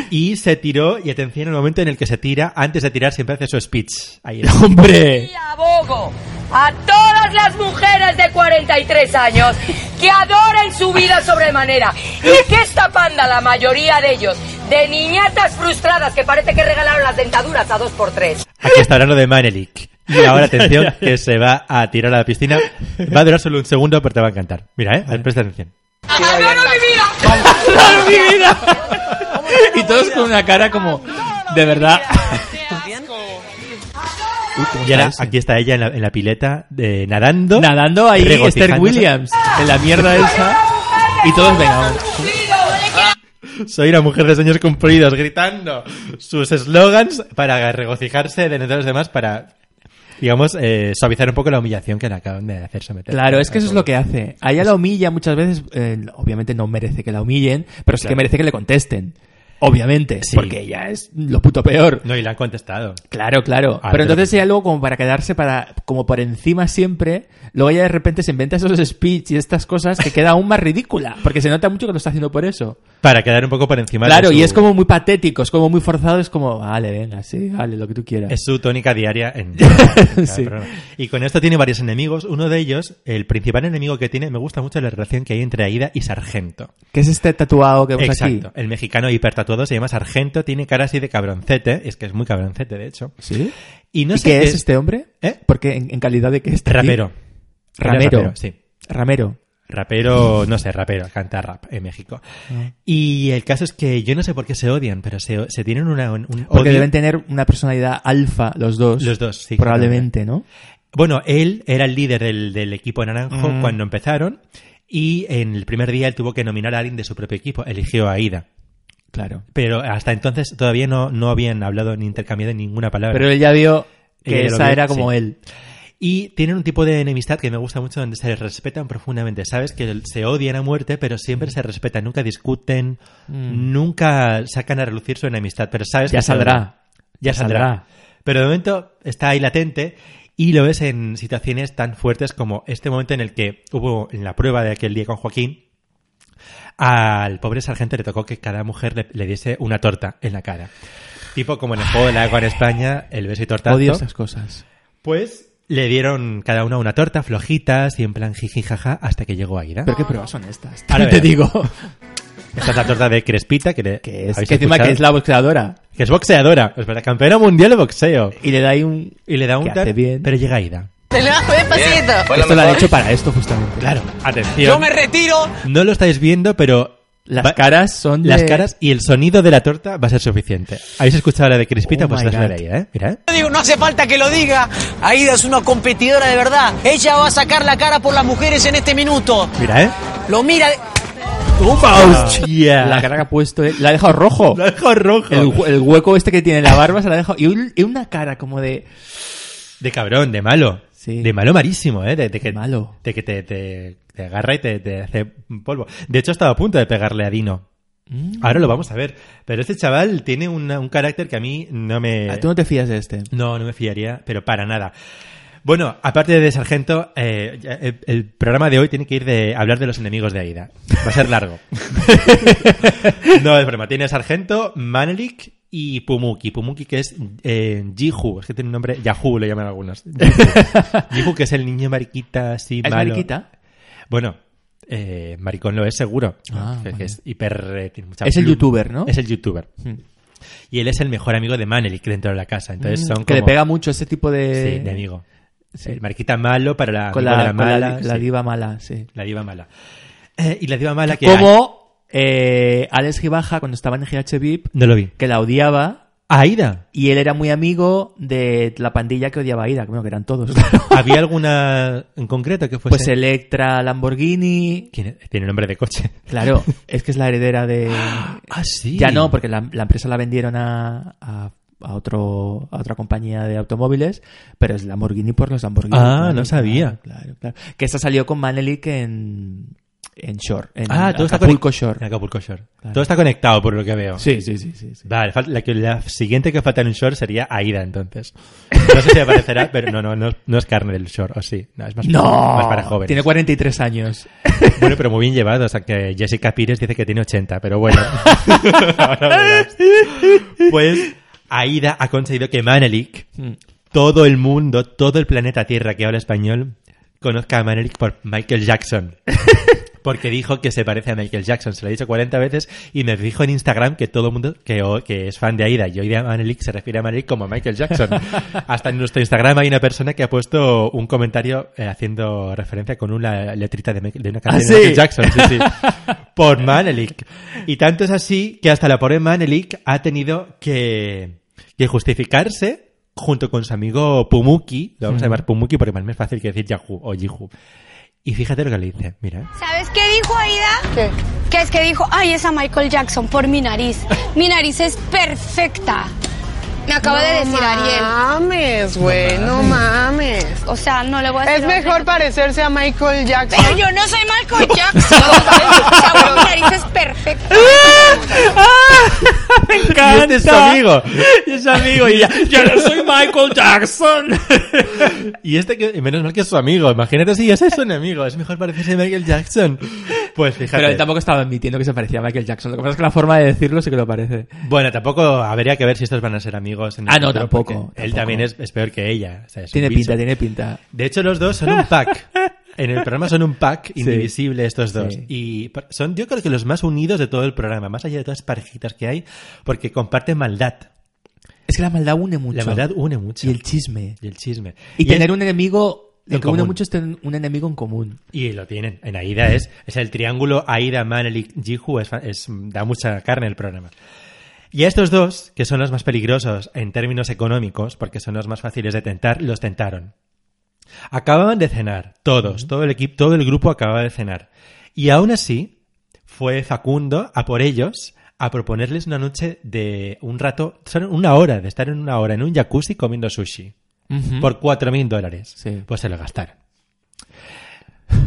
[SPEAKER 2] y se tiró. Y atención, en el momento en el que se tira, antes de tirar, siempre hace su speech. Ahí era.
[SPEAKER 1] ¡Hombre!
[SPEAKER 7] Y abogo a todas las mujeres de 43 años que adoren su vida sobremanera y que esta panda, la mayoría de ellos, de niñatas frustradas que parece que regalaron las dentaduras a dos por tres.
[SPEAKER 2] Aquí está hablando de Manelik. Y ahora atención, que se va a tirar a la piscina. Va a durar solo un segundo, pero te va a encantar. Mira, eh, a ver, presta atención.
[SPEAKER 7] ¡Adoro mi vida!
[SPEAKER 2] ¡Ah,
[SPEAKER 1] ¡Claro, mi vida! Y todos con una cara como, de verdad.
[SPEAKER 2] Y ahora aquí está ella en la, en la pileta de, nadando.
[SPEAKER 1] Nadando ahí
[SPEAKER 2] regocijándose.
[SPEAKER 1] Esther Williams, en la mierda esa. Y todos, venga, vamos.
[SPEAKER 2] Soy una mujer de sueños cumplidos, gritando sus eslogans para regocijarse de los demás, para, digamos, eh, suavizar un poco la humillación que le acaban de hacer someter.
[SPEAKER 1] Claro, es que eso es lo que hace. A ella la humilla muchas veces, eh, obviamente no merece que la humillen, pero sí que
[SPEAKER 2] Claro.
[SPEAKER 1] merece que le contesten. Obviamente,
[SPEAKER 2] Sí.
[SPEAKER 1] porque ella es lo puto peor.
[SPEAKER 2] No, y le han contestado.
[SPEAKER 1] Claro, claro.
[SPEAKER 2] Ah,
[SPEAKER 1] pero
[SPEAKER 2] pero-
[SPEAKER 1] entonces ella luego como para quedarse para como por encima siempre, luego ella de repente se inventa esos speech y estas cosas que queda aún más ridícula, porque se nota mucho que lo está haciendo por eso.
[SPEAKER 2] Para quedar un poco por encima
[SPEAKER 1] claro,
[SPEAKER 2] de su,
[SPEAKER 1] y es como muy patético, es como muy forzado, es como, vale, venga, sí, vale, lo que tú quieras.
[SPEAKER 2] es su tónica diaria en, en cada
[SPEAKER 1] Sí.
[SPEAKER 2] programa. Y con esto tiene varios enemigos. Uno de ellos, el principal enemigo que tiene, me gusta mucho la relación que hay entre Aida y Sargento.
[SPEAKER 1] Que es este tatuado que vemos
[SPEAKER 2] Exacto.
[SPEAKER 1] aquí.
[SPEAKER 2] El mexicano hipertatuado se llama Sargento, tiene cara así de cabroncete, es que es muy cabroncete, de hecho.
[SPEAKER 1] ¿Sí?
[SPEAKER 2] Y no
[SPEAKER 1] ¿Y
[SPEAKER 2] sé
[SPEAKER 1] qué es este hombre?
[SPEAKER 2] ¿Eh?
[SPEAKER 1] Porque en, en calidad de que es este
[SPEAKER 2] Rapero. Era
[SPEAKER 1] Ramero.
[SPEAKER 2] rapero, sí.
[SPEAKER 1] Ramero.
[SPEAKER 2] Rapero, no sé, rapero, canta rap en México.
[SPEAKER 1] Ah.
[SPEAKER 2] Y el caso es que yo no sé por qué se odian, pero se, se tienen una, un un
[SPEAKER 1] Porque
[SPEAKER 2] odio.
[SPEAKER 1] deben tener una personalidad alfa los dos.
[SPEAKER 2] Los dos, sí,
[SPEAKER 1] Probablemente, ¿no?
[SPEAKER 2] Bueno, él era el líder del, del equipo naranjo
[SPEAKER 1] Mm.
[SPEAKER 2] cuando empezaron y en el primer día él tuvo que nominar a alguien de su propio equipo, eligió a Aida.
[SPEAKER 1] Claro.
[SPEAKER 2] Pero hasta entonces todavía no, no habían hablado ni intercambiado ninguna palabra.
[SPEAKER 1] Pero él ya vio
[SPEAKER 2] Ella
[SPEAKER 1] que
[SPEAKER 2] ya lo
[SPEAKER 1] esa
[SPEAKER 2] vio,
[SPEAKER 1] era como
[SPEAKER 2] sí.
[SPEAKER 1] él.
[SPEAKER 2] Y tienen un tipo de enemistad que me gusta mucho donde se respetan profundamente. Sabes que se odian a muerte, pero
[SPEAKER 1] Mm.
[SPEAKER 2] siempre se respetan, nunca discuten, nunca sacan a relucir su enemistad, pero sabes
[SPEAKER 1] Ya
[SPEAKER 2] que se
[SPEAKER 1] saldrá.
[SPEAKER 2] odian.
[SPEAKER 1] Ya
[SPEAKER 2] Ya saldrá.
[SPEAKER 1] saldrá.
[SPEAKER 2] Pero de momento está ahí latente y lo ves en situaciones tan fuertes como este momento en el que hubo en la prueba de aquel día con Joaquín. Al pobre sargento le tocó que cada mujer le, le diese una torta en la cara. Tipo como en el juego de la agua en España, el beso y tortazo.
[SPEAKER 1] Odio esas cosas.
[SPEAKER 2] Pues le dieron cada una una torta, flojitas y en plan jiji jaja, hasta que llegó Aida.
[SPEAKER 1] Pero qué pruebas son estas.
[SPEAKER 2] Ahora
[SPEAKER 1] También te digo.
[SPEAKER 2] verás. Esta es la torta de Crespita, que, le-
[SPEAKER 1] Que es,
[SPEAKER 2] ¿habéis
[SPEAKER 1] que encima
[SPEAKER 2] escuchado?
[SPEAKER 1] que es la boxeadora.
[SPEAKER 2] Que es boxeadora, es verdad, campeona mundial de boxeo.
[SPEAKER 1] Y le da ahí un.
[SPEAKER 2] Y le da un
[SPEAKER 1] Que hace
[SPEAKER 2] tar-
[SPEAKER 1] bien.
[SPEAKER 2] pero llega Aida.
[SPEAKER 5] Te lo hago despacito.
[SPEAKER 1] Esto lo han hecho para esto, justamente.
[SPEAKER 2] Claro, atención. Yo me retiro. No lo estáis viendo, pero
[SPEAKER 1] Las
[SPEAKER 2] va-
[SPEAKER 1] caras son de-
[SPEAKER 2] las caras y el sonido de la torta va a ser suficiente. ¿Habéis escuchado la de Crespita?
[SPEAKER 1] Oh
[SPEAKER 2] pues
[SPEAKER 1] my
[SPEAKER 2] esta es la de
[SPEAKER 1] God.
[SPEAKER 2] Aida, ¿eh? Mira, ¿eh?
[SPEAKER 8] Yo digo, no hace falta que lo diga. Aida es una competidora de verdad. Ella va a sacar la cara por las mujeres en este minuto.
[SPEAKER 2] Mira, ¿eh?
[SPEAKER 8] Lo mira.
[SPEAKER 2] ¡Hostia!
[SPEAKER 1] La cara que ha puesto. eh, La ha dejado rojo.
[SPEAKER 2] Lo dejo rojo.
[SPEAKER 1] El, hue- el hueco este que tiene en la barba se la ha dejado. Y, un- y una cara como de.
[SPEAKER 2] De cabrón, de malo.
[SPEAKER 1] Sí.
[SPEAKER 2] De malo marísimo, ¿eh? De, de que,
[SPEAKER 1] Malo.
[SPEAKER 2] De que te, te- te agarra y te, te hace polvo. De hecho, estaba a punto de pegarle a Dino.
[SPEAKER 1] Mm.
[SPEAKER 2] Ahora lo vamos a ver. Pero este chaval tiene una- un carácter que a mí no me...
[SPEAKER 1] Ah, Tú no te fías de este.
[SPEAKER 2] No, no me fiaría, pero para nada. Bueno, aparte de Sargento, eh, ya- el, el programa de hoy tiene que ir de hablar de los enemigos de Aida. Va a ser largo. no, es broma. Tiene Sargento, Manelik y Pumuki. Pumuki que es eh, Jihu. Es que tiene un nombre... Yahoo le llaman algunos. Jihu. Jihu que es el niño mariquita así
[SPEAKER 1] ¿Es
[SPEAKER 2] malo.
[SPEAKER 1] mariquita?
[SPEAKER 2] Bueno... eh, maricón lo es seguro
[SPEAKER 1] Ah,
[SPEAKER 2] Que- que
[SPEAKER 1] vale.
[SPEAKER 2] es hiper eh, tiene mucha
[SPEAKER 1] Es el
[SPEAKER 2] pluma.
[SPEAKER 1] youtuber, ¿no? Hmm.
[SPEAKER 2] es el youtuber y él es el mejor amigo de Manelik dentro de la casa entonces son
[SPEAKER 1] Mm, Que le
[SPEAKER 2] como-
[SPEAKER 1] pega mucho ese tipo de.
[SPEAKER 2] Sí, de amigo.
[SPEAKER 1] Eh, Sí.
[SPEAKER 2] El marquita malo para la,
[SPEAKER 1] Con la,
[SPEAKER 2] amigo de la
[SPEAKER 1] con la-
[SPEAKER 2] mala.
[SPEAKER 1] la
[SPEAKER 2] sí.
[SPEAKER 1] diva mala, sí.
[SPEAKER 2] La diva mala. Eh, y la diva mala que. hay-
[SPEAKER 1] Como eh, Alex Gibaja cuando estaba en GH VIP,
[SPEAKER 2] No lo vi.
[SPEAKER 1] que la odiaba
[SPEAKER 2] Aida.
[SPEAKER 1] y él era muy amigo de la pandilla que odiaba a Ida, que bueno, que eran todos.
[SPEAKER 2] ¿Había alguna en concreto que fuese?
[SPEAKER 1] pues Electra, Lamborghini.
[SPEAKER 2] ¿Quién es? Tiene nombre de coche.
[SPEAKER 1] Claro, es que es la heredera de.
[SPEAKER 2] Ah, sí.
[SPEAKER 1] Ya no, porque la, la empresa la vendieron a, a a otro a otra compañía de automóviles, pero es Lamborghini por los Lamborghini.
[SPEAKER 2] Ah,
[SPEAKER 1] Claro,
[SPEAKER 2] no sabía.
[SPEAKER 1] Claro, claro, claro. Que esa salió con Manelik en en Shore, en
[SPEAKER 2] Ah, todo está
[SPEAKER 1] Acapulco
[SPEAKER 2] conec-
[SPEAKER 1] Shore.
[SPEAKER 2] en Acapulco Shore.
[SPEAKER 1] Claro.
[SPEAKER 2] Todo está conectado por lo que veo.
[SPEAKER 1] Sí, sí, sí, sí, sí.
[SPEAKER 2] Vale, fal- la, que- la siguiente que falta en un short sería Aida, entonces. No sé si aparecerá, pero no, no, no, no es carne del short, o sí. No, es más,
[SPEAKER 1] No,
[SPEAKER 2] más para jóvenes.
[SPEAKER 1] tiene 43 años.
[SPEAKER 2] Bueno, pero muy bien llevado. O sea, que Jessica Pires dice que tiene 80, pero bueno. Ahora verás. pues Aida ha conseguido que Manelik, todo el mundo, todo el planeta Tierra que habla español, conozca a Manelik por Michael Jackson. Porque dijo que se parece a Michael Jackson. Se lo he dicho 40 veces y me dijo en Instagram que todo el mundo que, o- que es fan de Aida y hoy de Manelik se refiere a Manelik como Michael Jackson. Hasta en nuestro Instagram hay una persona que ha puesto un comentario eh, haciendo referencia con una letrita de, Michael- de una canción de
[SPEAKER 1] sí?
[SPEAKER 2] Michael Jackson. Sí, sí. Por Manelik. Y tanto es así que hasta la pobre Manelik ha tenido que, que justificarse junto con su amigo Pumuki. Lo vamos a llamar Pumuki porque es más fácil que decir Yahoo o Yihu. Y fíjate lo que le dice, mira.
[SPEAKER 9] ¿Sabes qué dijo Aida? ¿Qué? Que es que dijo, ay, es a Michael Jackson por mi nariz. Mi nariz es perfecta. Me acaba de decir Ariel.
[SPEAKER 10] mames, güey, no mames.
[SPEAKER 9] O sea, no le voy a decir.
[SPEAKER 10] Es
[SPEAKER 9] hombre.
[SPEAKER 10] mejor parecerse a Michael Jackson.
[SPEAKER 9] Pero yo no soy Michael Jackson. O sea, mi nariz es perfecta.
[SPEAKER 2] Y este es su amigo.
[SPEAKER 1] Y es amigo y ya, yo no soy Michael Jackson.
[SPEAKER 2] Y este que, menos mal que es su amigo. Imagínate si ese es su enemigo. Es mejor parecerse a Michael Jackson. Pues fíjate.
[SPEAKER 1] Pero él tampoco estaba admitiendo que se parecía a Michael Jackson. Lo que pasa es que la forma de decirlo sí que lo parece.
[SPEAKER 2] Bueno, tampoco habría que ver si estos van a ser amigos. En el
[SPEAKER 1] Ah, no,
[SPEAKER 2] futuro,
[SPEAKER 1] tampoco,
[SPEAKER 2] porque Él
[SPEAKER 1] tampoco.
[SPEAKER 2] también es, es peor que ella. O sea, es un
[SPEAKER 1] Tiene
[SPEAKER 2] bicho.
[SPEAKER 1] pinta, tiene pinta.
[SPEAKER 2] De hecho, los dos son un pack. En el programa son un pack indivisible estos dos.
[SPEAKER 1] Sí.
[SPEAKER 2] Y par- son, yo creo que los más unidos de todo el programa, más allá de todas las parejitas que hay, porque comparten maldad.
[SPEAKER 1] Es que la maldad une mucho.
[SPEAKER 2] La maldad une mucho.
[SPEAKER 1] Y el chisme.
[SPEAKER 2] Y el chisme.
[SPEAKER 1] Y,
[SPEAKER 2] Y
[SPEAKER 1] tener
[SPEAKER 2] es-
[SPEAKER 1] un enemigo. Lo
[SPEAKER 2] en
[SPEAKER 1] que une
[SPEAKER 2] común.
[SPEAKER 1] mucho es tener un enemigo en común.
[SPEAKER 2] Y lo tienen. En Aida es, es el triángulo Aida, Manelik, Jihu. Es, fa- es- da mucha carne el programa. Y a estos dos, que son los más peligrosos en términos económicos, porque son los más fáciles de tentar, los tentaron. Acababan de cenar, todos, todo el equipo, todo el grupo acababa de cenar. Y aún así, fue Facundo a por ellos a proponerles una noche de un rato, son una hora, de estar en una hora en un jacuzzi comiendo sushi. Por cuatro mil dólares.
[SPEAKER 1] Sí.
[SPEAKER 2] Pues se lo gastaron.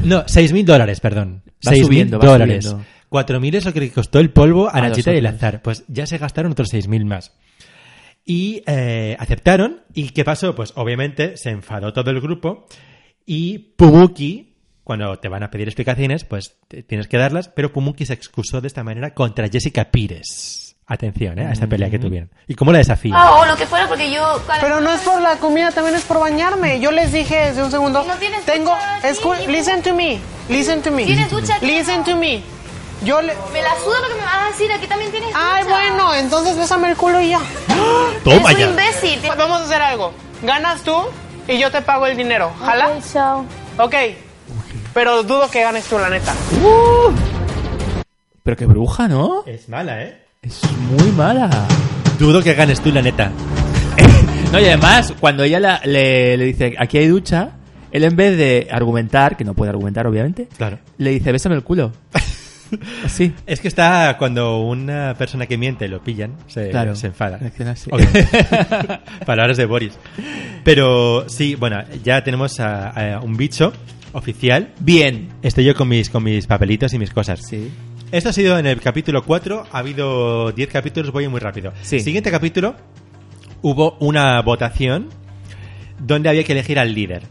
[SPEAKER 2] No, seis mil dólares, perdón.
[SPEAKER 1] Va
[SPEAKER 2] Seis mil
[SPEAKER 1] subiendo, va
[SPEAKER 2] dólares.
[SPEAKER 1] subiendo.
[SPEAKER 2] Cuatro mil es lo que le costó el polvo a
[SPEAKER 1] A
[SPEAKER 2] Nachita y el
[SPEAKER 1] nosotros.
[SPEAKER 2] azar. Pues ya se gastaron otros seis mil más. Y eh, aceptaron. ¿Y qué pasó? Pues obviamente se enfadó todo el grupo. Y Pumuki, cuando te van a pedir explicaciones, pues te- tienes que darlas. Pero Pumuki se excusó de esta manera contra Jessica Pires. Atención, ¿eh? A esta pelea que tuvieron. ¿Y cómo la desafía?
[SPEAKER 9] Ah, o lo que fuera, porque yo.
[SPEAKER 10] Pero no es por la comida, también es por bañarme. Yo les dije desde un segundo.
[SPEAKER 9] No tienes
[SPEAKER 10] tengo.
[SPEAKER 9] ducha,
[SPEAKER 10] escu-
[SPEAKER 9] sí.
[SPEAKER 10] listen to me. Listen to me.
[SPEAKER 9] Tienes ducha, tío.
[SPEAKER 10] Listen to me. Yo le.
[SPEAKER 9] Me la suda lo que me vas a decir. Aquí también tienes.
[SPEAKER 10] Ay, bueno, entonces bésame el culo y ya.
[SPEAKER 2] ¡Toma ya!
[SPEAKER 9] imbécil.
[SPEAKER 10] Pues vamos a hacer algo. Ganas tú y yo te pago el dinero. ¿Jala? Ok. Pero dudo que ganes tú, la neta.
[SPEAKER 1] Pero qué bruja, ¿no?
[SPEAKER 2] Es mala, ¿eh?
[SPEAKER 1] Es muy mala.
[SPEAKER 2] Dudo que ganes tú, la neta.
[SPEAKER 1] No, y además, cuando ella la- le, le dice, aquí hay ducha, él en vez de argumentar, que no puede argumentar, obviamente,
[SPEAKER 2] Claro.
[SPEAKER 1] le dice, bésame el culo. Así.
[SPEAKER 2] Es que está cuando una persona que miente lo pillan, se,
[SPEAKER 1] Claro.
[SPEAKER 2] se enfada.
[SPEAKER 1] Reacciona así.
[SPEAKER 2] Ok. Palabras de Boris. Pero sí, bueno, ya tenemos a, a un bicho oficial.
[SPEAKER 1] Bien.
[SPEAKER 2] Estoy yo con mis, con mis papelitos y mis cosas.
[SPEAKER 1] Sí.
[SPEAKER 2] Esto Este ha sido en el capítulo 4. Ha habido 10 capítulos, voy muy rápido.
[SPEAKER 1] Sí.
[SPEAKER 2] Siguiente capítulo, hubo una votación donde había que elegir al líder.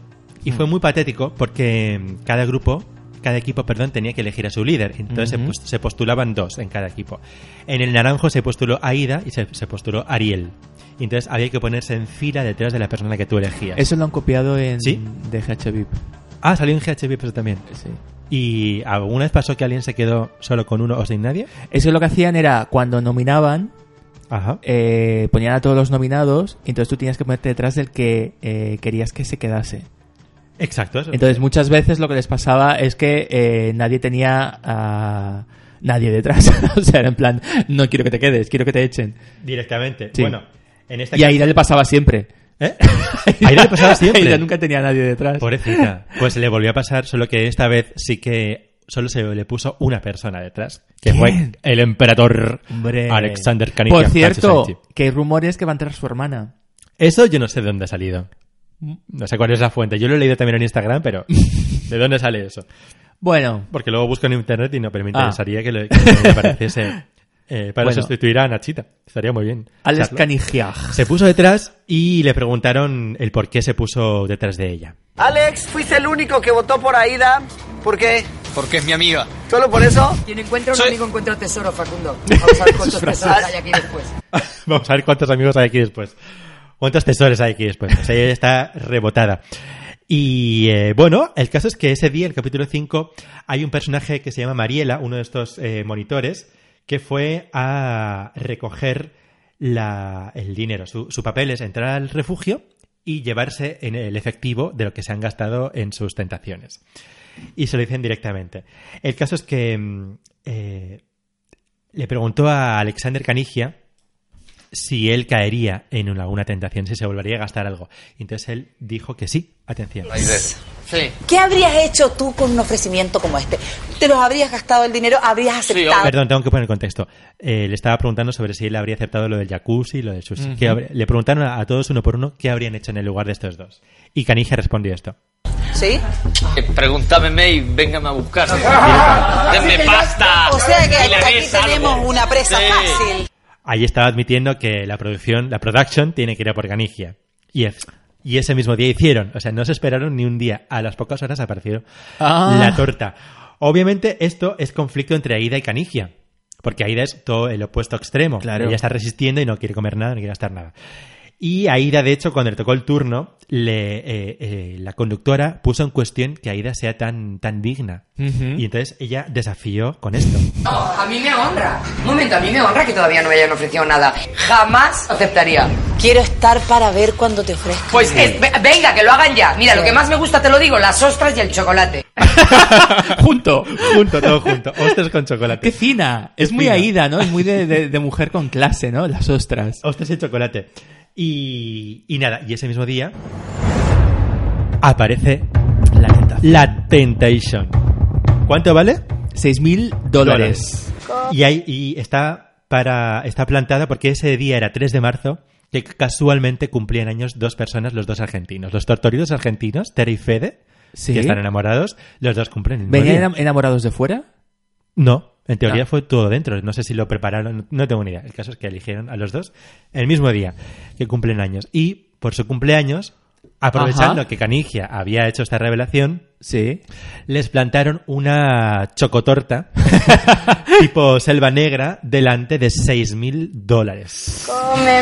[SPEAKER 2] Y fue muy patético porque mm, cada grupo, cada equipo, perdón, tenía que elegir a su líder. Entonces se
[SPEAKER 1] Ujú.
[SPEAKER 2] pos- se postulaban dos en cada equipo. En el naranjo se postuló Aida y se, se postuló Ariel. Y entonces había que ponerse en fila detrás de la persona que tú elegías.
[SPEAKER 1] Eso lo han copiado en
[SPEAKER 2] ¿Sí?
[SPEAKER 1] DHH VIP.
[SPEAKER 2] Ah, salió en GHB pero también.
[SPEAKER 1] Sí.
[SPEAKER 2] ¿Y alguna vez pasó que alguien se quedó solo con uno o sin nadie?
[SPEAKER 1] Eso lo que hacían era, cuando nominaban,
[SPEAKER 2] Ajá.
[SPEAKER 1] eh, ponían a todos los nominados, y entonces tú tenías que ponerte detrás del que eh, querías que se quedase.
[SPEAKER 2] Exacto. eso.
[SPEAKER 1] Entonces muchas veces lo que les pasaba es que eh, nadie tenía a nadie detrás. o sea, era en plan, no quiero que te quedes, quiero que te echen.
[SPEAKER 2] Directamente.
[SPEAKER 1] Sí.
[SPEAKER 2] Bueno, en esta
[SPEAKER 1] Y a Aida le pasaba siempre.
[SPEAKER 2] ¿Eh? Aida le pasaba siempre.
[SPEAKER 1] Aida nunca tenía a nadie detrás.
[SPEAKER 2] Pobrecita. Pues le volvió a pasar, solo que esta vez sí que solo se le puso una persona detrás, que fue el emperador
[SPEAKER 1] Hombre.
[SPEAKER 2] Alexander Canidia.
[SPEAKER 1] Por cierto,
[SPEAKER 2] Francis Sanchi.
[SPEAKER 1] que hay rumores que va a entrar su hermana.
[SPEAKER 2] Eso yo no sé de dónde ha salido. No sé cuál es la fuente. Yo lo he leído también en Instagram, pero ¿de dónde sale eso?
[SPEAKER 1] Bueno,
[SPEAKER 2] Porque luego busco en internet y no, pero me
[SPEAKER 1] Ah.
[SPEAKER 2] interesaría que, le, que me apareciese eh, para
[SPEAKER 1] Bueno.
[SPEAKER 2] sustituir a Nachita. Estaría muy bien.
[SPEAKER 1] Alex
[SPEAKER 2] Charlo.
[SPEAKER 1] Canigiaj.
[SPEAKER 2] Se puso detrás y le preguntaron el por qué se puso detrás de ella.
[SPEAKER 11] Alex, fuiste el único que votó por Aida. ¿Por qué?
[SPEAKER 4] Porque es mi amiga.
[SPEAKER 11] ¿Solo por eso?
[SPEAKER 7] Quien encuentra un
[SPEAKER 4] Soy-
[SPEAKER 7] amigo encuentra tesoro, Facundo. Vamos a ver cuántos tesoros hay aquí después.
[SPEAKER 2] Vamos a ver cuántos amigos hay aquí después. Cuántos tesores hay aquí después. O sea, ella está rebotada. Y eh, bueno, el caso es que ese día, el capítulo 5, hay un personaje que se llama Mariela, uno de estos eh, monitores, que fue a recoger la- el dinero. Su, su papel es entrar al refugio y llevarse en el efectivo de lo que se han gastado en sus tentaciones. Y se lo dicen directamente. El caso es que mm, eh, le preguntó a Alexander Canigia, si él caería en una- alguna tentación, si se volvería a gastar algo. Y Entonces él dijo que sí. Atención.
[SPEAKER 11] Sí.
[SPEAKER 12] ¿Qué habrías hecho tú con un ofrecimiento como este? ¿Te los habrías gastado el dinero? ¿Habrías aceptado?
[SPEAKER 2] Perdón, tengo que poner el contexto. Eh, le estaba preguntando sobre si él habría aceptado lo del jacuzzi y lo del sushi.
[SPEAKER 1] Ujú.
[SPEAKER 2] ¿Qué habría- le preguntaron a, a todos uno por uno qué habrían hecho en el lugar de estos dos. Y Canigia respondió esto.
[SPEAKER 12] ¿Sí?
[SPEAKER 11] Eh, Pregúntame y véngame a buscar. Denme pasta.
[SPEAKER 12] O sea que aquí
[SPEAKER 11] milanesa,
[SPEAKER 12] tenemos
[SPEAKER 11] algo.
[SPEAKER 12] una presa
[SPEAKER 11] Sí.
[SPEAKER 12] fácil.
[SPEAKER 2] Ahí estaba admitiendo que la producción, la production, tiene que ir a por Canigia. Y, es- y ese mismo día hicieron. O sea, no se esperaron ni un día. A las pocas horas aparecieron
[SPEAKER 1] Ah.
[SPEAKER 2] la torta. Obviamente esto es conflicto entre Aida y Canigia. Porque Aida es todo el opuesto extremo.
[SPEAKER 1] Claro.
[SPEAKER 2] Ella está resistiendo y no quiere comer nada, no quiere gastar nada. Y Aida, de hecho, cuando le tocó el turno, le, eh, eh, la conductora puso en cuestión que Aida sea tan, tan digna.
[SPEAKER 1] Ujú.
[SPEAKER 2] Y entonces ella desafió con esto.
[SPEAKER 7] No, a mí me honra. Un momento, a mí me honra que todavía no me hayan ofrecido nada. Jamás aceptaría.
[SPEAKER 12] Quiero estar para ver cuando te ofrezco.
[SPEAKER 7] Pues es- ve- venga, que lo hagan ya. Mira, lo que más me gusta, te lo digo, las ostras y el chocolate.
[SPEAKER 1] Junto.
[SPEAKER 2] junto, todo junto. Ostras con chocolate.
[SPEAKER 1] Qué fina. Es muy
[SPEAKER 2] fina.
[SPEAKER 1] aída, ¿no? Es muy de, de- de mujer con clase, ¿no? Las ostras.
[SPEAKER 2] Ostras y chocolate. Y, y nada, y ese mismo día aparece la, tenta- la Tentation. ¿Cuánto vale?
[SPEAKER 1] 6.000 dólares.
[SPEAKER 2] Y, ahí- y está, para, está plantada porque ese día era 3 de marzo, que casualmente cumplían años dos personas, los dos argentinos. Los torturidos argentinos, Tere y Fede,
[SPEAKER 1] Sí.
[SPEAKER 2] que están enamorados, los dos cumplen el mismo día.
[SPEAKER 1] ¿Venían enam- enamorados de fuera?
[SPEAKER 2] No, en teoría
[SPEAKER 1] Ah.
[SPEAKER 2] fue todo dentro. No sé si lo prepararon, no tengo ni idea. El caso es que eligieron a los dos el mismo día que cumplen años. Y por su cumpleaños, aprovechando
[SPEAKER 1] Ajá.
[SPEAKER 2] que Canigia había hecho esta revelación,
[SPEAKER 1] Sí.
[SPEAKER 2] les plantaron una chocotorta tipo selva negra delante de 6.000 dólares.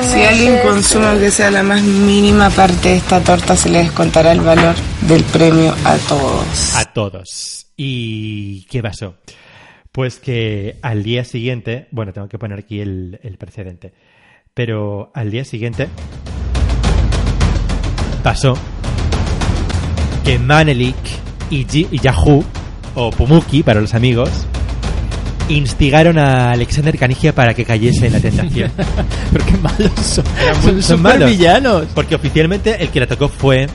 [SPEAKER 13] Si alguien consuma aunque sea la más mínima parte de esta torta, se le descontará el valor del premio a todos.
[SPEAKER 2] A todos. ¿Y qué pasó? Pues que al día siguiente, bueno, tengo que poner aquí el, el precedente, pero al día siguiente pasó que Manelik y, Ji- y Yahoo, o Pumuki para los amigos, instigaron a Alexander Canigia para que cayese en la tentación.
[SPEAKER 1] Pero qué malos son.
[SPEAKER 2] Eran muy-
[SPEAKER 1] Son
[SPEAKER 2] son malos.
[SPEAKER 1] supervillanos.
[SPEAKER 2] Porque oficialmente el que la tocó fue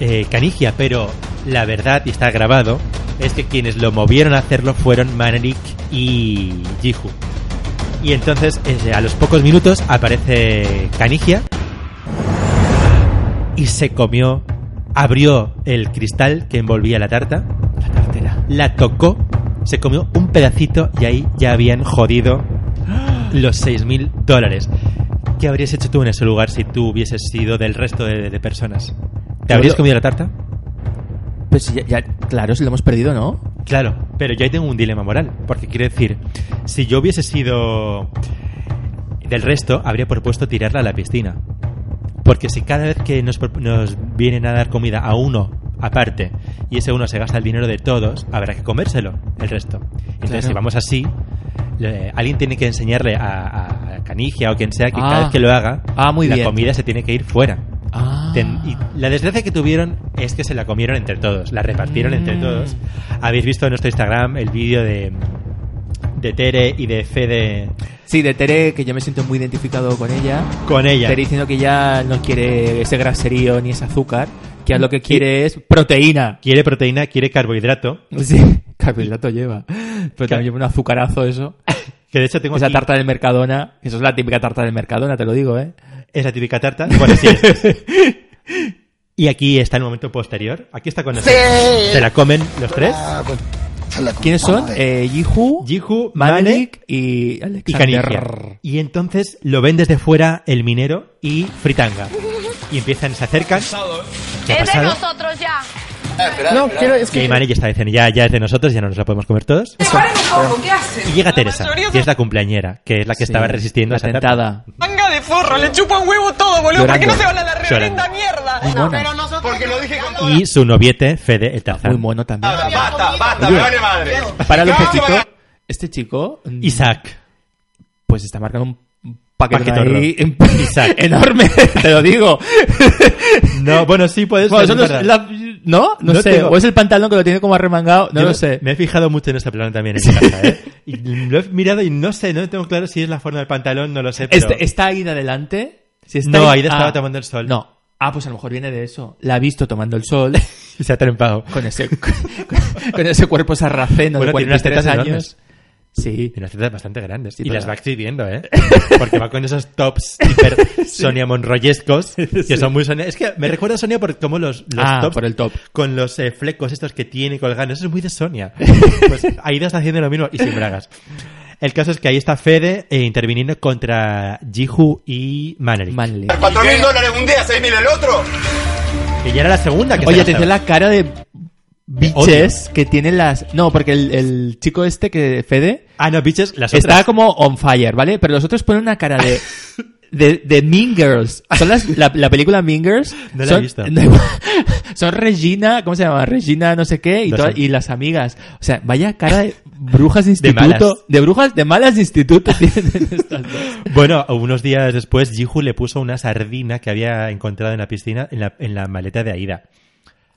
[SPEAKER 2] eh, Canigia, pero la verdad, y está grabado, es que quienes lo movieron a hacerlo fueron Manelik y Jihu. Y entonces, eh, a los pocos minutos, aparece Canigia y se comió, abrió el cristal que envolvía la tarta, la tartera, la tocó, se comió un pedacito y ahí ya habían jodido los 6.000 dólares. ¿Qué habrías hecho tú en ese lugar si tú hubieses sido del resto de, de personas? ¿Te habrías
[SPEAKER 1] Yo-
[SPEAKER 2] comido la tarta?
[SPEAKER 1] Pues ya, ya- claro, si lo hemos perdido, ¿no?
[SPEAKER 2] Claro, pero yo ahí tengo un dilema moral, porque quiero decir, si yo hubiese sido del resto, habría propuesto tirarla a la piscina. Porque si cada vez que nos, pro- nos vienen a dar comida a uno aparte y ese uno se gasta el dinero de todos, habrá que comérselo el resto. Entonces,
[SPEAKER 1] Claro.
[SPEAKER 2] si vamos así, le- alguien tiene que enseñarle a, a- a Canigia o quien sea que
[SPEAKER 1] Ah.
[SPEAKER 2] cada vez que lo haga,
[SPEAKER 1] Ah, muy
[SPEAKER 2] la
[SPEAKER 1] bien.
[SPEAKER 2] comida se tiene que ir fuera.
[SPEAKER 1] Ah.
[SPEAKER 2] Ten- y la desgracia que tuvieron es que se la comieron entre todos, la repartieron entre
[SPEAKER 1] Mm.
[SPEAKER 2] todos. Habéis visto en nuestro Instagram el vídeo de, de Tere y de Fede
[SPEAKER 1] Sí, de Tere, que yo me siento muy identificado con ella.
[SPEAKER 2] con ella.
[SPEAKER 1] Tere diciendo que ya no quiere ese graserío ni ese azúcar, que ya lo que quiere es proteína.
[SPEAKER 2] Quiere proteína, quiere carbohidrato.
[SPEAKER 1] Sí. Carbohidrato lleva. Pero también lleva un azucarazo eso.
[SPEAKER 2] Que de hecho tengo
[SPEAKER 1] Esa
[SPEAKER 2] aquí-
[SPEAKER 1] tarta del Mercadona. Eso es la típica tarta del Mercadona, te lo digo, ¿eh?
[SPEAKER 2] Es la típica tarta. Bueno, sí. es- es. Y aquí está el momento posterior. Aquí está con nosotros.
[SPEAKER 1] Sí.
[SPEAKER 2] Se la comen los tres.
[SPEAKER 1] ¿Quiénes son? Eh, Jihu,
[SPEAKER 2] Jihu,
[SPEAKER 1] Manek y
[SPEAKER 2] Y
[SPEAKER 1] Alexander.
[SPEAKER 2] Canigia. Y entonces lo ven desde fuera el minero y Fritanga. Y empiezan, se acercan. ¿Qué ha
[SPEAKER 9] Es de
[SPEAKER 2] pasado?
[SPEAKER 9] nosotros ya.
[SPEAKER 12] No, ¿eh? espera. quiero- es
[SPEAKER 2] Y Manek ya está diciendo, ya, ya es de nosotros, ya no nos la podemos comer todos.
[SPEAKER 12] ¿qué haces?
[SPEAKER 2] Y llega Teresa, que es la cumpleañera, que es la que
[SPEAKER 1] Sí,
[SPEAKER 2] estaba resistiendo
[SPEAKER 1] la
[SPEAKER 2] esa tarta.
[SPEAKER 1] tentada.
[SPEAKER 10] Manga de forra, le chupa un huevo todo, boludo. ¿Por qué
[SPEAKER 2] Llorando.
[SPEAKER 10] no se van a la
[SPEAKER 2] Llorando.
[SPEAKER 10] reverenda mierda?
[SPEAKER 2] Muy
[SPEAKER 10] No,
[SPEAKER 2] mona.
[SPEAKER 10] pero nosotros. Porque lo dije con
[SPEAKER 2] Y su noviete, Fede, el tarzán. Muy
[SPEAKER 1] mono también.
[SPEAKER 10] Basta,
[SPEAKER 1] basta, me vale madre. Para un poquito. Este chico.
[SPEAKER 2] Isaac.
[SPEAKER 1] Pues está marcando un paquete
[SPEAKER 2] Paquetorro.
[SPEAKER 1] ahí en-
[SPEAKER 2] Isaac.
[SPEAKER 1] enorme, te lo digo.
[SPEAKER 2] No, bueno, sí, puede ser.
[SPEAKER 1] Bueno, son
[SPEAKER 2] es
[SPEAKER 1] los-
[SPEAKER 2] verdad.
[SPEAKER 1] la- ¿No? No,
[SPEAKER 2] No
[SPEAKER 1] sé.
[SPEAKER 2] tengo-
[SPEAKER 1] O es el pantalón que lo tiene como arremangado, no
[SPEAKER 2] Yo
[SPEAKER 1] lo sé.
[SPEAKER 2] Me he fijado mucho en este plano también en mi casa, ¿eh? Y lo he mirado y no sé, no tengo claro si es la forma del pantalón, no lo sé, pero...
[SPEAKER 1] Este- ¿Está Aida delante? Si está
[SPEAKER 2] No, Aida estaba
[SPEAKER 1] ah,
[SPEAKER 2] tomando el sol.
[SPEAKER 1] No. Ah, pues a lo mejor viene de eso. La ha visto tomando el sol.
[SPEAKER 2] y se ha trempado.
[SPEAKER 1] Con ese, con, ese cuerpo sarraceno de
[SPEAKER 2] Bueno, tiene unas
[SPEAKER 1] 43
[SPEAKER 2] tetas
[SPEAKER 1] años.
[SPEAKER 2] años.
[SPEAKER 1] Sí.
[SPEAKER 2] Tiene unas tetas bastante grandes.
[SPEAKER 1] Sí,
[SPEAKER 2] y las
[SPEAKER 1] total.
[SPEAKER 2] va exhibiendo, ¿eh? Porque va con esos tops hiper Sonia Monroyescos, que
[SPEAKER 1] Sí.
[SPEAKER 2] son muy Sonia... Es que me recuerda a Sonia por cómo los, los
[SPEAKER 1] Ah,
[SPEAKER 2] tops...
[SPEAKER 1] por el top.
[SPEAKER 2] Con los eh, flecos estos que tiene colgando. Eso es muy de Sonia. Pues Aida está haciendo lo mismo y sin bragas. El caso es que ahí está Fede eh, interviniendo contra Jihu y Manelik. Manelik.
[SPEAKER 14] 4 mil dólares un día, 6 mil el otro.
[SPEAKER 2] Que ya era la segunda que se
[SPEAKER 1] Oye,
[SPEAKER 2] la
[SPEAKER 1] te
[SPEAKER 2] estaba.
[SPEAKER 1] la cara de biches que tienen las. No, porque el, el chico este que Fede.
[SPEAKER 2] Ah, no, biches, las
[SPEAKER 1] Está
[SPEAKER 2] otras.
[SPEAKER 1] como on fire, ¿vale? Pero los otros ponen una cara de. De, de Mean Girls. Son las, la, la película Mean Girls.
[SPEAKER 2] No la he
[SPEAKER 1] son,
[SPEAKER 2] visto.
[SPEAKER 1] son Regina, ¿cómo se llama? Regina, no sé qué, y,
[SPEAKER 2] No
[SPEAKER 1] todas-
[SPEAKER 2] sé.
[SPEAKER 1] y las amigas. O sea, vaya cara de brujas de instituto.
[SPEAKER 2] malas.
[SPEAKER 1] de brujas, de malas de instituto tienen estas dos.
[SPEAKER 2] Bueno, unos días después, Jihu le puso una sardina que había encontrado en la piscina en la, en la maleta de Aida.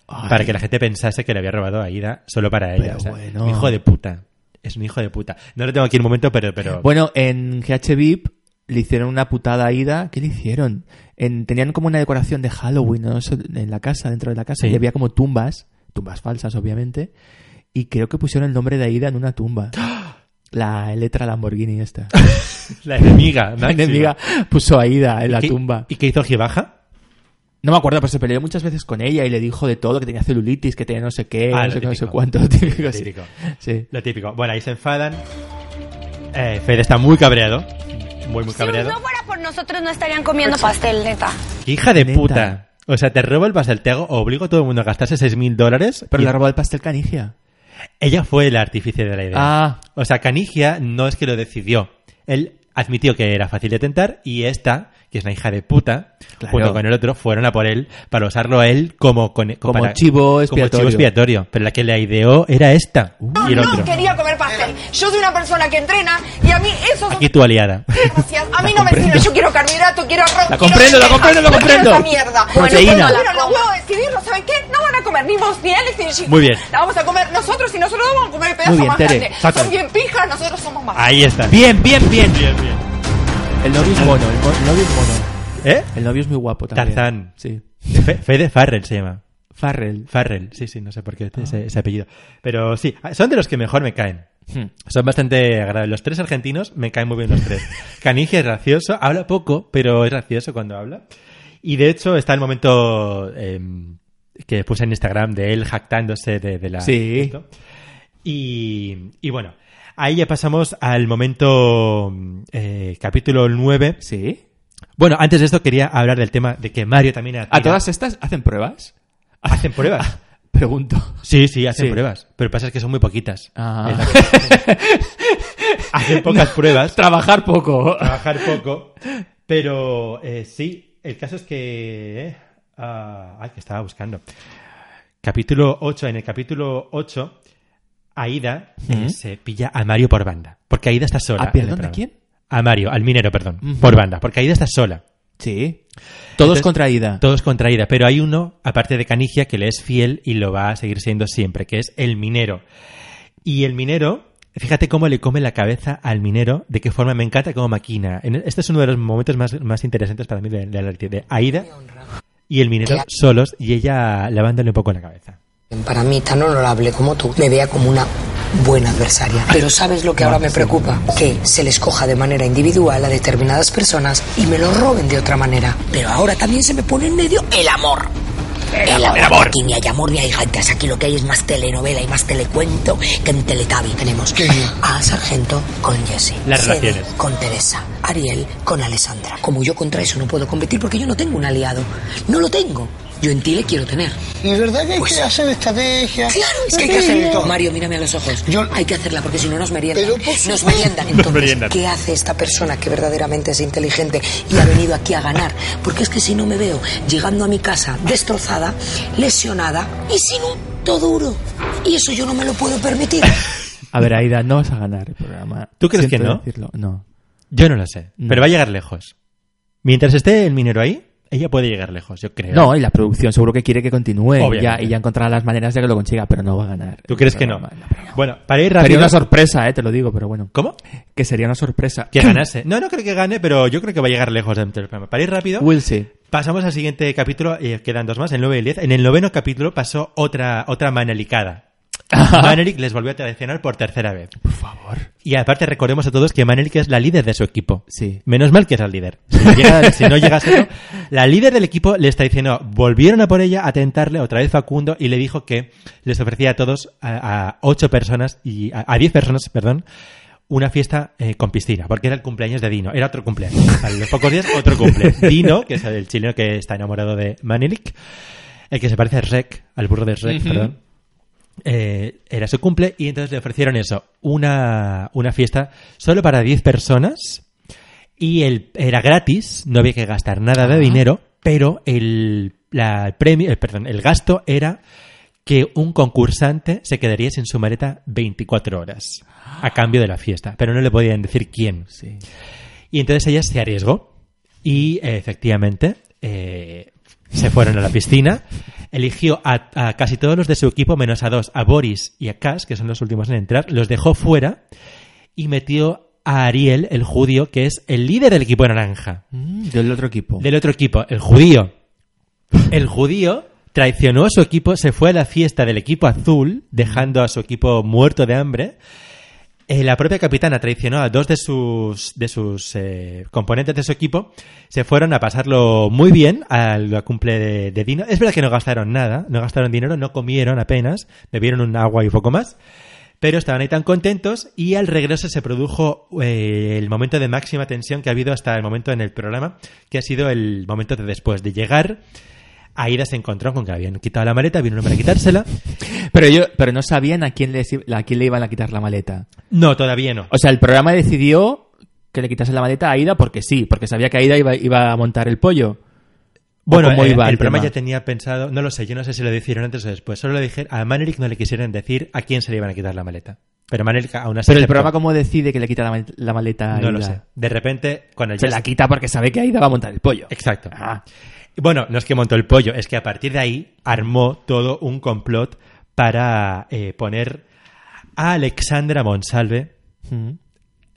[SPEAKER 1] Ay.
[SPEAKER 2] Para que la gente pensase que le había robado a Aida solo para ella.
[SPEAKER 1] Pero
[SPEAKER 2] o sea,
[SPEAKER 1] bueno.
[SPEAKER 2] un hijo de puta. Es un hijo de puta. No lo tengo aquí en el momento, pero. pero
[SPEAKER 1] Bueno, en GH VIP le hicieron una putada a Ida. ¿Qué le hicieron? En- tenían como una decoración de Halloween ¿no? Eso en la casa, dentro de la casa,
[SPEAKER 2] Sí.
[SPEAKER 1] y había como tumbas, tumbas falsas, obviamente. Y creo que pusieron el nombre de Aida en una tumba. La letra Lamborghini esta.
[SPEAKER 2] ¡Ah! La enemiga,
[SPEAKER 1] La
[SPEAKER 2] máxima.
[SPEAKER 1] enemiga puso a Ida en la
[SPEAKER 2] qué-
[SPEAKER 1] tumba.
[SPEAKER 2] ¿Y qué hizo Gibaja?
[SPEAKER 1] No me acuerdo, pero se peleó muchas veces con ella y le dijo de todo, que tenía celulitis, que tenía no sé qué,
[SPEAKER 2] Ah,
[SPEAKER 1] no,
[SPEAKER 2] lo
[SPEAKER 1] sé qué, no sé
[SPEAKER 2] típico.
[SPEAKER 1] cuánto.
[SPEAKER 2] Lo
[SPEAKER 1] típico, sí.
[SPEAKER 2] típico.
[SPEAKER 1] Sí.
[SPEAKER 2] Lo típico. Bueno, ahí se enfadan. Eh, Fede está muy cabreado. Muy, muy
[SPEAKER 9] Si
[SPEAKER 2] cabreado.
[SPEAKER 9] no fuera por nosotros no estarían comiendo pastel, neta.
[SPEAKER 2] ¡Qué hija de puta! O sea, te robo el pastel, te hago- obligo a todo el mundo a gastarse 6.000 dólares.
[SPEAKER 1] Pero
[SPEAKER 2] y-
[SPEAKER 1] le robó el pastel canigia.
[SPEAKER 2] Ella fue el artífice de la idea.
[SPEAKER 1] Ah.
[SPEAKER 2] O sea, Canigia no es que lo decidió. Él admitió que era fácil de tentar y esta, que es una hija de puta,
[SPEAKER 1] Claro.
[SPEAKER 2] junto con el otro, fueron a por él para usarlo a él como, con,
[SPEAKER 1] Como
[SPEAKER 2] para-
[SPEAKER 1] chivo
[SPEAKER 2] como
[SPEAKER 1] expiatorio.
[SPEAKER 2] chivo expiatorio. Pero la que la ideó era esta Uh, y el otro.
[SPEAKER 15] No quería comer pastel. Yo soy una persona que entrena y a mí eso son
[SPEAKER 2] Aquí tu aliada.
[SPEAKER 15] gracias. A mí no me
[SPEAKER 2] comprendo.
[SPEAKER 15] sirve. Yo quiero carbohidrato, quiero arroz. quiero
[SPEAKER 2] La comprendo, la
[SPEAKER 15] lentejas,
[SPEAKER 2] comprendo, la
[SPEAKER 15] no quiero
[SPEAKER 2] comprendo.
[SPEAKER 15] esa mierda.
[SPEAKER 2] Proteína.
[SPEAKER 15] Bueno, entonces, bueno, los huevos decidirlo, ¿saben qué? No van a comer ni vos ni Alex ni Gigi.
[SPEAKER 2] Muy bien.
[SPEAKER 15] La vamos a comer nosotros y nosotros vamos a comer el pedazo
[SPEAKER 1] Muy bien,
[SPEAKER 15] más
[SPEAKER 1] Tere.
[SPEAKER 15] grande.
[SPEAKER 1] Saca.
[SPEAKER 15] Son bien pijas, nosotros somos más.
[SPEAKER 2] Ahí está.
[SPEAKER 1] Bien, bien, bien.
[SPEAKER 2] Bien, bien.
[SPEAKER 1] El novio es
[SPEAKER 2] Ah,
[SPEAKER 1] mono, el, mo- el novio es mono.
[SPEAKER 2] ¿Eh?
[SPEAKER 1] El novio es muy guapo también.
[SPEAKER 2] Tarzán.
[SPEAKER 1] Sí.
[SPEAKER 2] Fe- Fede Farrell se llama.
[SPEAKER 1] Farrell. Ah.
[SPEAKER 2] Farrell, sí, sí, no sé por qué ese, ese apellido. Pero sí, son de los que mejor me caen.
[SPEAKER 1] Hmm.
[SPEAKER 2] Son bastante agradables. Los tres argentinos me caen muy bien los tres. Canigia es gracioso, habla poco, pero es gracioso cuando habla. Y de hecho está el momento eh, que puse en Instagram de él jactándose de, de la...
[SPEAKER 1] Sí.
[SPEAKER 2] esto. Y, y bueno, ahí ya pasamos al momento eh, capítulo 9.
[SPEAKER 1] Sí.
[SPEAKER 2] Bueno, antes de esto quería hablar del tema de que Mario también...
[SPEAKER 1] ¿A todas estas hacen pruebas?
[SPEAKER 2] Hacen pruebas.
[SPEAKER 1] Pregunto.
[SPEAKER 2] Sí, sí, hacen
[SPEAKER 1] Sí.
[SPEAKER 2] pruebas. Pero pasa es que son muy poquitas.
[SPEAKER 1] Ah.
[SPEAKER 2] Es la cosa. hacen pocas
[SPEAKER 1] No,
[SPEAKER 2] pruebas.
[SPEAKER 1] trabajar poco.
[SPEAKER 2] Trabajar poco. Pero eh, sí, el caso es que... eh, ah, ay, que estaba buscando. Capítulo 8. En el capítulo 8, Aida eh,
[SPEAKER 1] Ujú.
[SPEAKER 2] se pilla a Mario por banda. Porque Aida está
[SPEAKER 1] ¿A
[SPEAKER 2] sola. en el
[SPEAKER 1] perdón de
[SPEAKER 2] programa.
[SPEAKER 1] quién?
[SPEAKER 2] A Mario, al minero, perdón.
[SPEAKER 1] Ujú.
[SPEAKER 2] Por banda. Porque Aida está sola.
[SPEAKER 1] Sí. Todos
[SPEAKER 2] Entonces,
[SPEAKER 1] contra Ida.
[SPEAKER 2] Todos contra Ida, pero hay uno, aparte de Canigia, que le es fiel y lo va a seguir siendo siempre, que es el minero. Y el minero, fíjate cómo le come la cabeza al minero, de qué forma me encanta cómo maquina. En- Este es uno de los momentos más, más interesantes para mí de, de la de Aida y el minero solos y ella lavándole un poco la cabeza.
[SPEAKER 3] Para mí, tan honorable como tú, me vea como una buena adversaria. Pero ¿sabes lo que ahora me preocupa? Que se les coja de manera individual a determinadas personas y me lo roben de otra manera. Pero ahora también se me pone en medio el amor. El amor. Aquí ni hay amor ni hay gaitas. Aquí lo que hay es más telenovela y más telecuento que en Teletabi. Tenemos a Sargento con Jesse.
[SPEAKER 2] Las
[SPEAKER 3] Sede
[SPEAKER 2] relaciones.
[SPEAKER 3] Con Teresa. Ariel con Alessandra. Como yo contra eso no puedo competir porque yo no tengo un aliado. No lo tengo. Yo en ti le quiero tener.
[SPEAKER 16] Y es verdad que hay que hacer estrategia.
[SPEAKER 3] Claro, es que hay que hacerlo. Mario, mírame a los ojos. Hay que hacerla porque si no nos meriendan. Nos meriendan. Entonces,
[SPEAKER 2] meriendan.
[SPEAKER 3] ¿qué hace esta persona que verdaderamente es inteligente y ha venido aquí a ganar? Porque es que si no me veo llegando a mi casa destrozada, lesionada y sin un todo duro. Y eso yo no me lo puedo permitir.
[SPEAKER 1] A ver, Aida, no vas a ganar el programa.
[SPEAKER 2] ¿Tú crees
[SPEAKER 1] Siento
[SPEAKER 2] que no?
[SPEAKER 1] decirlo. No.
[SPEAKER 2] Yo no lo sé, pero va a llegar lejos. Mientras esté el minero ahí, ella puede llegar lejos, yo creo.
[SPEAKER 1] No, y la producción seguro que quiere que continúe.
[SPEAKER 2] Obviamente.
[SPEAKER 1] Ella, ella encontrará las maneras de que lo consiga, pero no va a ganar.
[SPEAKER 2] ¿Tú crees que no? Bueno, para ir
[SPEAKER 1] Sería
[SPEAKER 2] rápido-
[SPEAKER 1] una sorpresa, eh, te lo digo, pero bueno.
[SPEAKER 2] ¿Cómo?
[SPEAKER 1] Que sería una sorpresa.
[SPEAKER 2] Que ganase. No, no creo que gane, pero yo creo que va a llegar lejos dentro del programa. Para ir rápido,
[SPEAKER 1] Will sí.
[SPEAKER 2] pasamos al siguiente capítulo, eh, quedan dos más, el 9 y el 10. En el noveno capítulo pasó otra, otra manelicada. Manelik les volvió a traicionar por tercera vez. Por favor. Y aparte recordemos a todos que Manelik es la líder de su equipo.
[SPEAKER 1] Sí.
[SPEAKER 2] Menos mal que es la líder. Si no llega, si no llega a serlo, la líder del equipo les traicionó. Volvieron a por ella, a tentarle otra vez Facundo y le dijo que les ofrecía a todos, a, a ocho personas y a, a diez personas, perdón, una fiesta eh, con piscina, porque era el cumpleaños de Dino. Era otro cumpleaños. A los pocos días, otro cumple. Dino, que es el chileno que está enamorado de Manelik, el que se parece a Rek, al burro de Rek,
[SPEAKER 1] Ujú.
[SPEAKER 2] perdón. Eh, era su cumple y entonces le ofrecieron eso, una, una fiesta solo para 10 personas y el, era gratis, no había que gastar nada de dinero, pero el, la- el premio, eh, perdón, el gasto era que un concursante se quedaría sin su maleta 24 horas a cambio de la fiesta, pero no le podían decir quién. Y entonces ella se arriesgó y eh, efectivamente eh, se fueron a la piscina. Eligió a, a casi todos los de su equipo, menos a dos, a Boris y a Cass, que son los últimos en entrar, los dejó fuera y metió a Ariel, el judío, que es el líder del equipo naranja.
[SPEAKER 1] Mm, Del otro equipo.
[SPEAKER 2] Del otro equipo, el judío. El judío traicionó a su equipo, se fue a la fiesta del equipo azul, dejando a su equipo muerto de hambre. Eh, la propia capitana traicionó a dos de sus, de sus eh, componentes de su equipo. Se fueron a pasarlo muy bien al cumple de, de Dino. Es verdad que no gastaron nada, no gastaron dinero, no comieron apenas, bebieron un agua y poco más. Pero estaban ahí tan contentos y al regreso se produjo eh, el momento de máxima tensión que ha habido hasta el momento en el programa, que ha sido el momento de después de llegar. Aida se encontró con que habían quitado la maleta, vino un hombre a quitársela.
[SPEAKER 1] Pero yo, pero no sabían a quién, les, i- a quién le iban a quitar la maleta.
[SPEAKER 2] No, todavía no.
[SPEAKER 1] O sea, el programa decidió que le quitase la maleta a Aida porque sí, porque sabía que Aida iba, iba a montar el pollo. ¿O
[SPEAKER 2] Bueno,
[SPEAKER 1] cómo
[SPEAKER 2] eh,
[SPEAKER 1] iba
[SPEAKER 2] el programa
[SPEAKER 1] tema?
[SPEAKER 2] ya tenía pensado, no lo sé, yo no sé si lo dijeron antes o después. Solo le dije, a Manelik no le quisieron decir a quién se le iban a quitar la maleta. Pero Manelik aún así.
[SPEAKER 1] Pero el
[SPEAKER 2] aceptó.
[SPEAKER 1] programa cómo decide que le quita la, ma- la maleta a
[SPEAKER 2] No lo
[SPEAKER 1] Aida?
[SPEAKER 2] sé. De repente, con el
[SPEAKER 1] Se la Ah, quita porque sabe que Aida va a montar el pollo.
[SPEAKER 2] Exacto. Bueno, no es que montó el pollo, es que a partir de ahí armó todo un complot para eh, poner a Alexandra Monsalve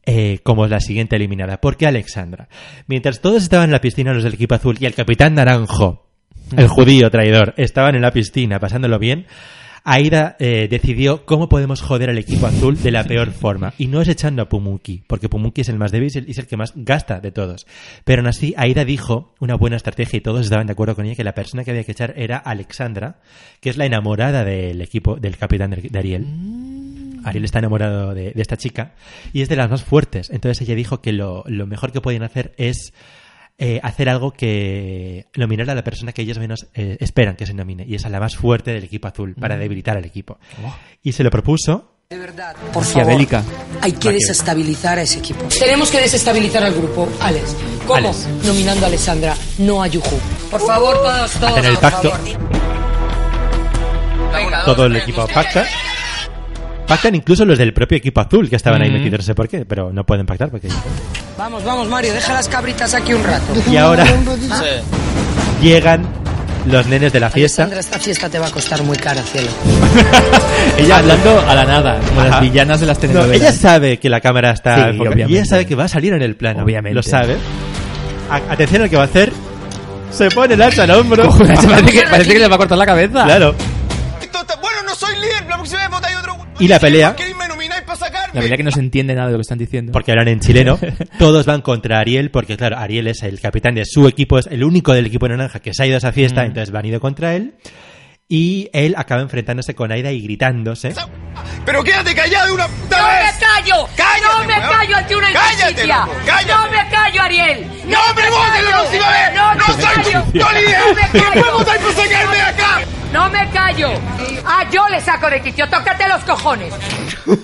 [SPEAKER 2] eh, como la siguiente eliminada. ¿Por qué Alexandra? Mientras todos estaban en la piscina, los del equipo azul y el capitán naranjo, el judío traidor, estaban en la piscina pasándolo bien, Aida eh, decidió cómo podemos joder al equipo azul de la peor forma. Y no es echando a Pumuki, porque Pumuki es el más débil y es el- es el que más gasta de todos. Pero aún así, Aida dijo una buena estrategia y todos estaban de acuerdo con ella que la persona que había que echar era Alexandra, que es la enamorada del equipo del capitán de de Ariel. Ariel está enamorado de, de esta chica y es de las más fuertes. Entonces ella dijo que lo, lo mejor que podían hacer es eh, hacer algo que nominar a la persona que ellos menos eh, esperan que se nomine y es a la más fuerte del equipo azul para
[SPEAKER 3] Mm.
[SPEAKER 2] debilitar al equipo.
[SPEAKER 1] Oh.
[SPEAKER 2] Y se lo propuso.
[SPEAKER 3] De verdad, por favor.
[SPEAKER 2] Maquiavélica.
[SPEAKER 3] Hay que desestabilizar a ese equipo. Tenemos que desestabilizar al grupo, Alex. ¿Cómo?
[SPEAKER 2] Alex.
[SPEAKER 3] Nominando a Alessandra, no a Yuhu. Por favor, todos, todos.
[SPEAKER 2] Hacen el
[SPEAKER 3] por
[SPEAKER 2] pacto.
[SPEAKER 3] favor.
[SPEAKER 2] Todo el equipo pacta. Pactan incluso los del propio equipo azul que estaban ahí
[SPEAKER 3] Mm.
[SPEAKER 2] metidos, no sé por qué, pero no pueden pactar porque
[SPEAKER 3] Vamos, vamos, Mario, deja las cabritas aquí un rato.
[SPEAKER 2] Y ahora-
[SPEAKER 3] Ah,
[SPEAKER 2] llegan los nenes de la fiesta.
[SPEAKER 3] Alessandra, esta fiesta te va a costar muy cara, cielo.
[SPEAKER 1] Ella hablando a la nada, como
[SPEAKER 2] Ajá.
[SPEAKER 1] las villanas de las
[SPEAKER 2] No,
[SPEAKER 1] telenovelas.
[SPEAKER 2] ella sabe que la cámara
[SPEAKER 1] Sí,
[SPEAKER 2] está enfocada.
[SPEAKER 1] obviamente.
[SPEAKER 2] y ella sabe que va a salir en el plano.
[SPEAKER 1] Obviamente.
[SPEAKER 2] Lo sabe. A- atención al que va a hacer. Se pone el hacha al hombro.
[SPEAKER 1] parece, que, parece que le va a cortar la cabeza.
[SPEAKER 2] Claro.
[SPEAKER 14] Bueno, no soy líder, la próxima vez vota hay otro.
[SPEAKER 2] Y la pelea
[SPEAKER 1] La verdad que no se entiende nada de lo que están diciendo.
[SPEAKER 2] porque hablan en chileno. Todos van contra Ariel, porque claro, Ariel es el capitán de su equipo, es el único del equipo naranja que se ha ido a esa fiesta,
[SPEAKER 1] Mm.
[SPEAKER 2] entonces van ido contra él. Y él acaba enfrentándose con Aida y gritándose.
[SPEAKER 14] Pero quédate callado una puta
[SPEAKER 7] ¡No
[SPEAKER 14] vez.
[SPEAKER 7] me callo! ¡No me
[SPEAKER 14] weón!
[SPEAKER 7] callo ante una
[SPEAKER 14] ¡Cállate,
[SPEAKER 7] injusticia!
[SPEAKER 14] loco, cállate!
[SPEAKER 7] ¡No me callo, Ariel!
[SPEAKER 14] ¡No me votes la próxima vez!
[SPEAKER 7] ¡No
[SPEAKER 14] ¡No soy
[SPEAKER 7] me callo!
[SPEAKER 14] Tolidez! ¡Me puedo votar por sacarme de acá!
[SPEAKER 7] ¡No me callo! ¡Ah, yo le saco de quicio! ¡Tócate los cojones!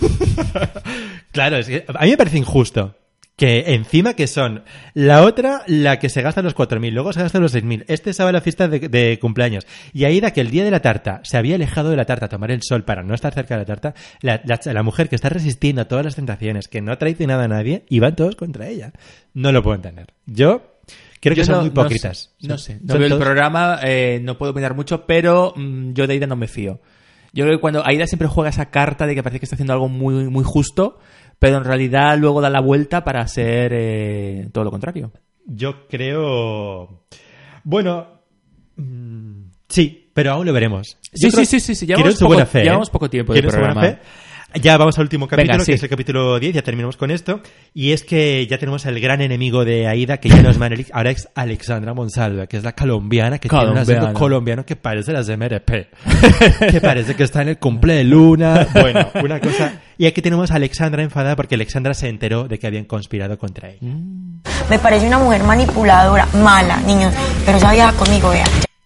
[SPEAKER 2] Claro, es que a mí me parece injusto. Que encima que son la otra la que se gasta los 4.000, luego se gasta los 6.000. Este sábado la fiesta de, de cumpleaños. Y Aida, que el día de la tarta se había alejado de la tarta a tomar el sol para no estar cerca de la tarta, la, la ch- la mujer que está resistiendo a todas las tentaciones, que no ha traicionado a nadie, y van todos contra ella. No lo puedo entender. Yo creo que
[SPEAKER 1] Yo
[SPEAKER 2] son
[SPEAKER 1] no-
[SPEAKER 2] muy
[SPEAKER 1] no
[SPEAKER 2] hipócritas.
[SPEAKER 1] sé, No sé, no
[SPEAKER 2] Son
[SPEAKER 1] veo el
[SPEAKER 2] todos-
[SPEAKER 1] programa, eh, no puedo opinar mucho, pero mm, yo de Aida no me fío. Yo creo que cuando Aida siempre juega esa carta de que parece que está haciendo algo muy, muy justo, pero en realidad luego da la vuelta para hacer eh, todo lo contrario.
[SPEAKER 2] Yo creo. Bueno. mm, Sí, pero aún lo veremos.
[SPEAKER 1] Sí,
[SPEAKER 2] Yo creo-
[SPEAKER 1] sí, sí, sí, sí,
[SPEAKER 2] quiero
[SPEAKER 1] llevamos
[SPEAKER 2] su buena
[SPEAKER 1] poco-
[SPEAKER 2] fe, ¿eh?
[SPEAKER 1] llevamos poco tiempo de
[SPEAKER 2] Quiero su buena
[SPEAKER 1] programa.
[SPEAKER 2] fe. Ya vamos al último capítulo,
[SPEAKER 1] Venga, sí.
[SPEAKER 2] que es el capítulo 10, ya terminamos con esto. Y es que ya tenemos al gran enemigo de Aida, que ya no es Manelik, ahora es Alexandra Monsalve, que es la colombiana, que tiene un
[SPEAKER 1] Colombiana.
[SPEAKER 2] acento colombiano que parece las de MRP. que parece que está en el cumple de Luna. Bueno, una cosa. Y aquí tenemos a Alexandra enfadada porque Alexandra se enteró de que habían conspirado contra ella.
[SPEAKER 17] Me parece una mujer manipuladora, mala, niños. Pero esa vieja conmigo, vea.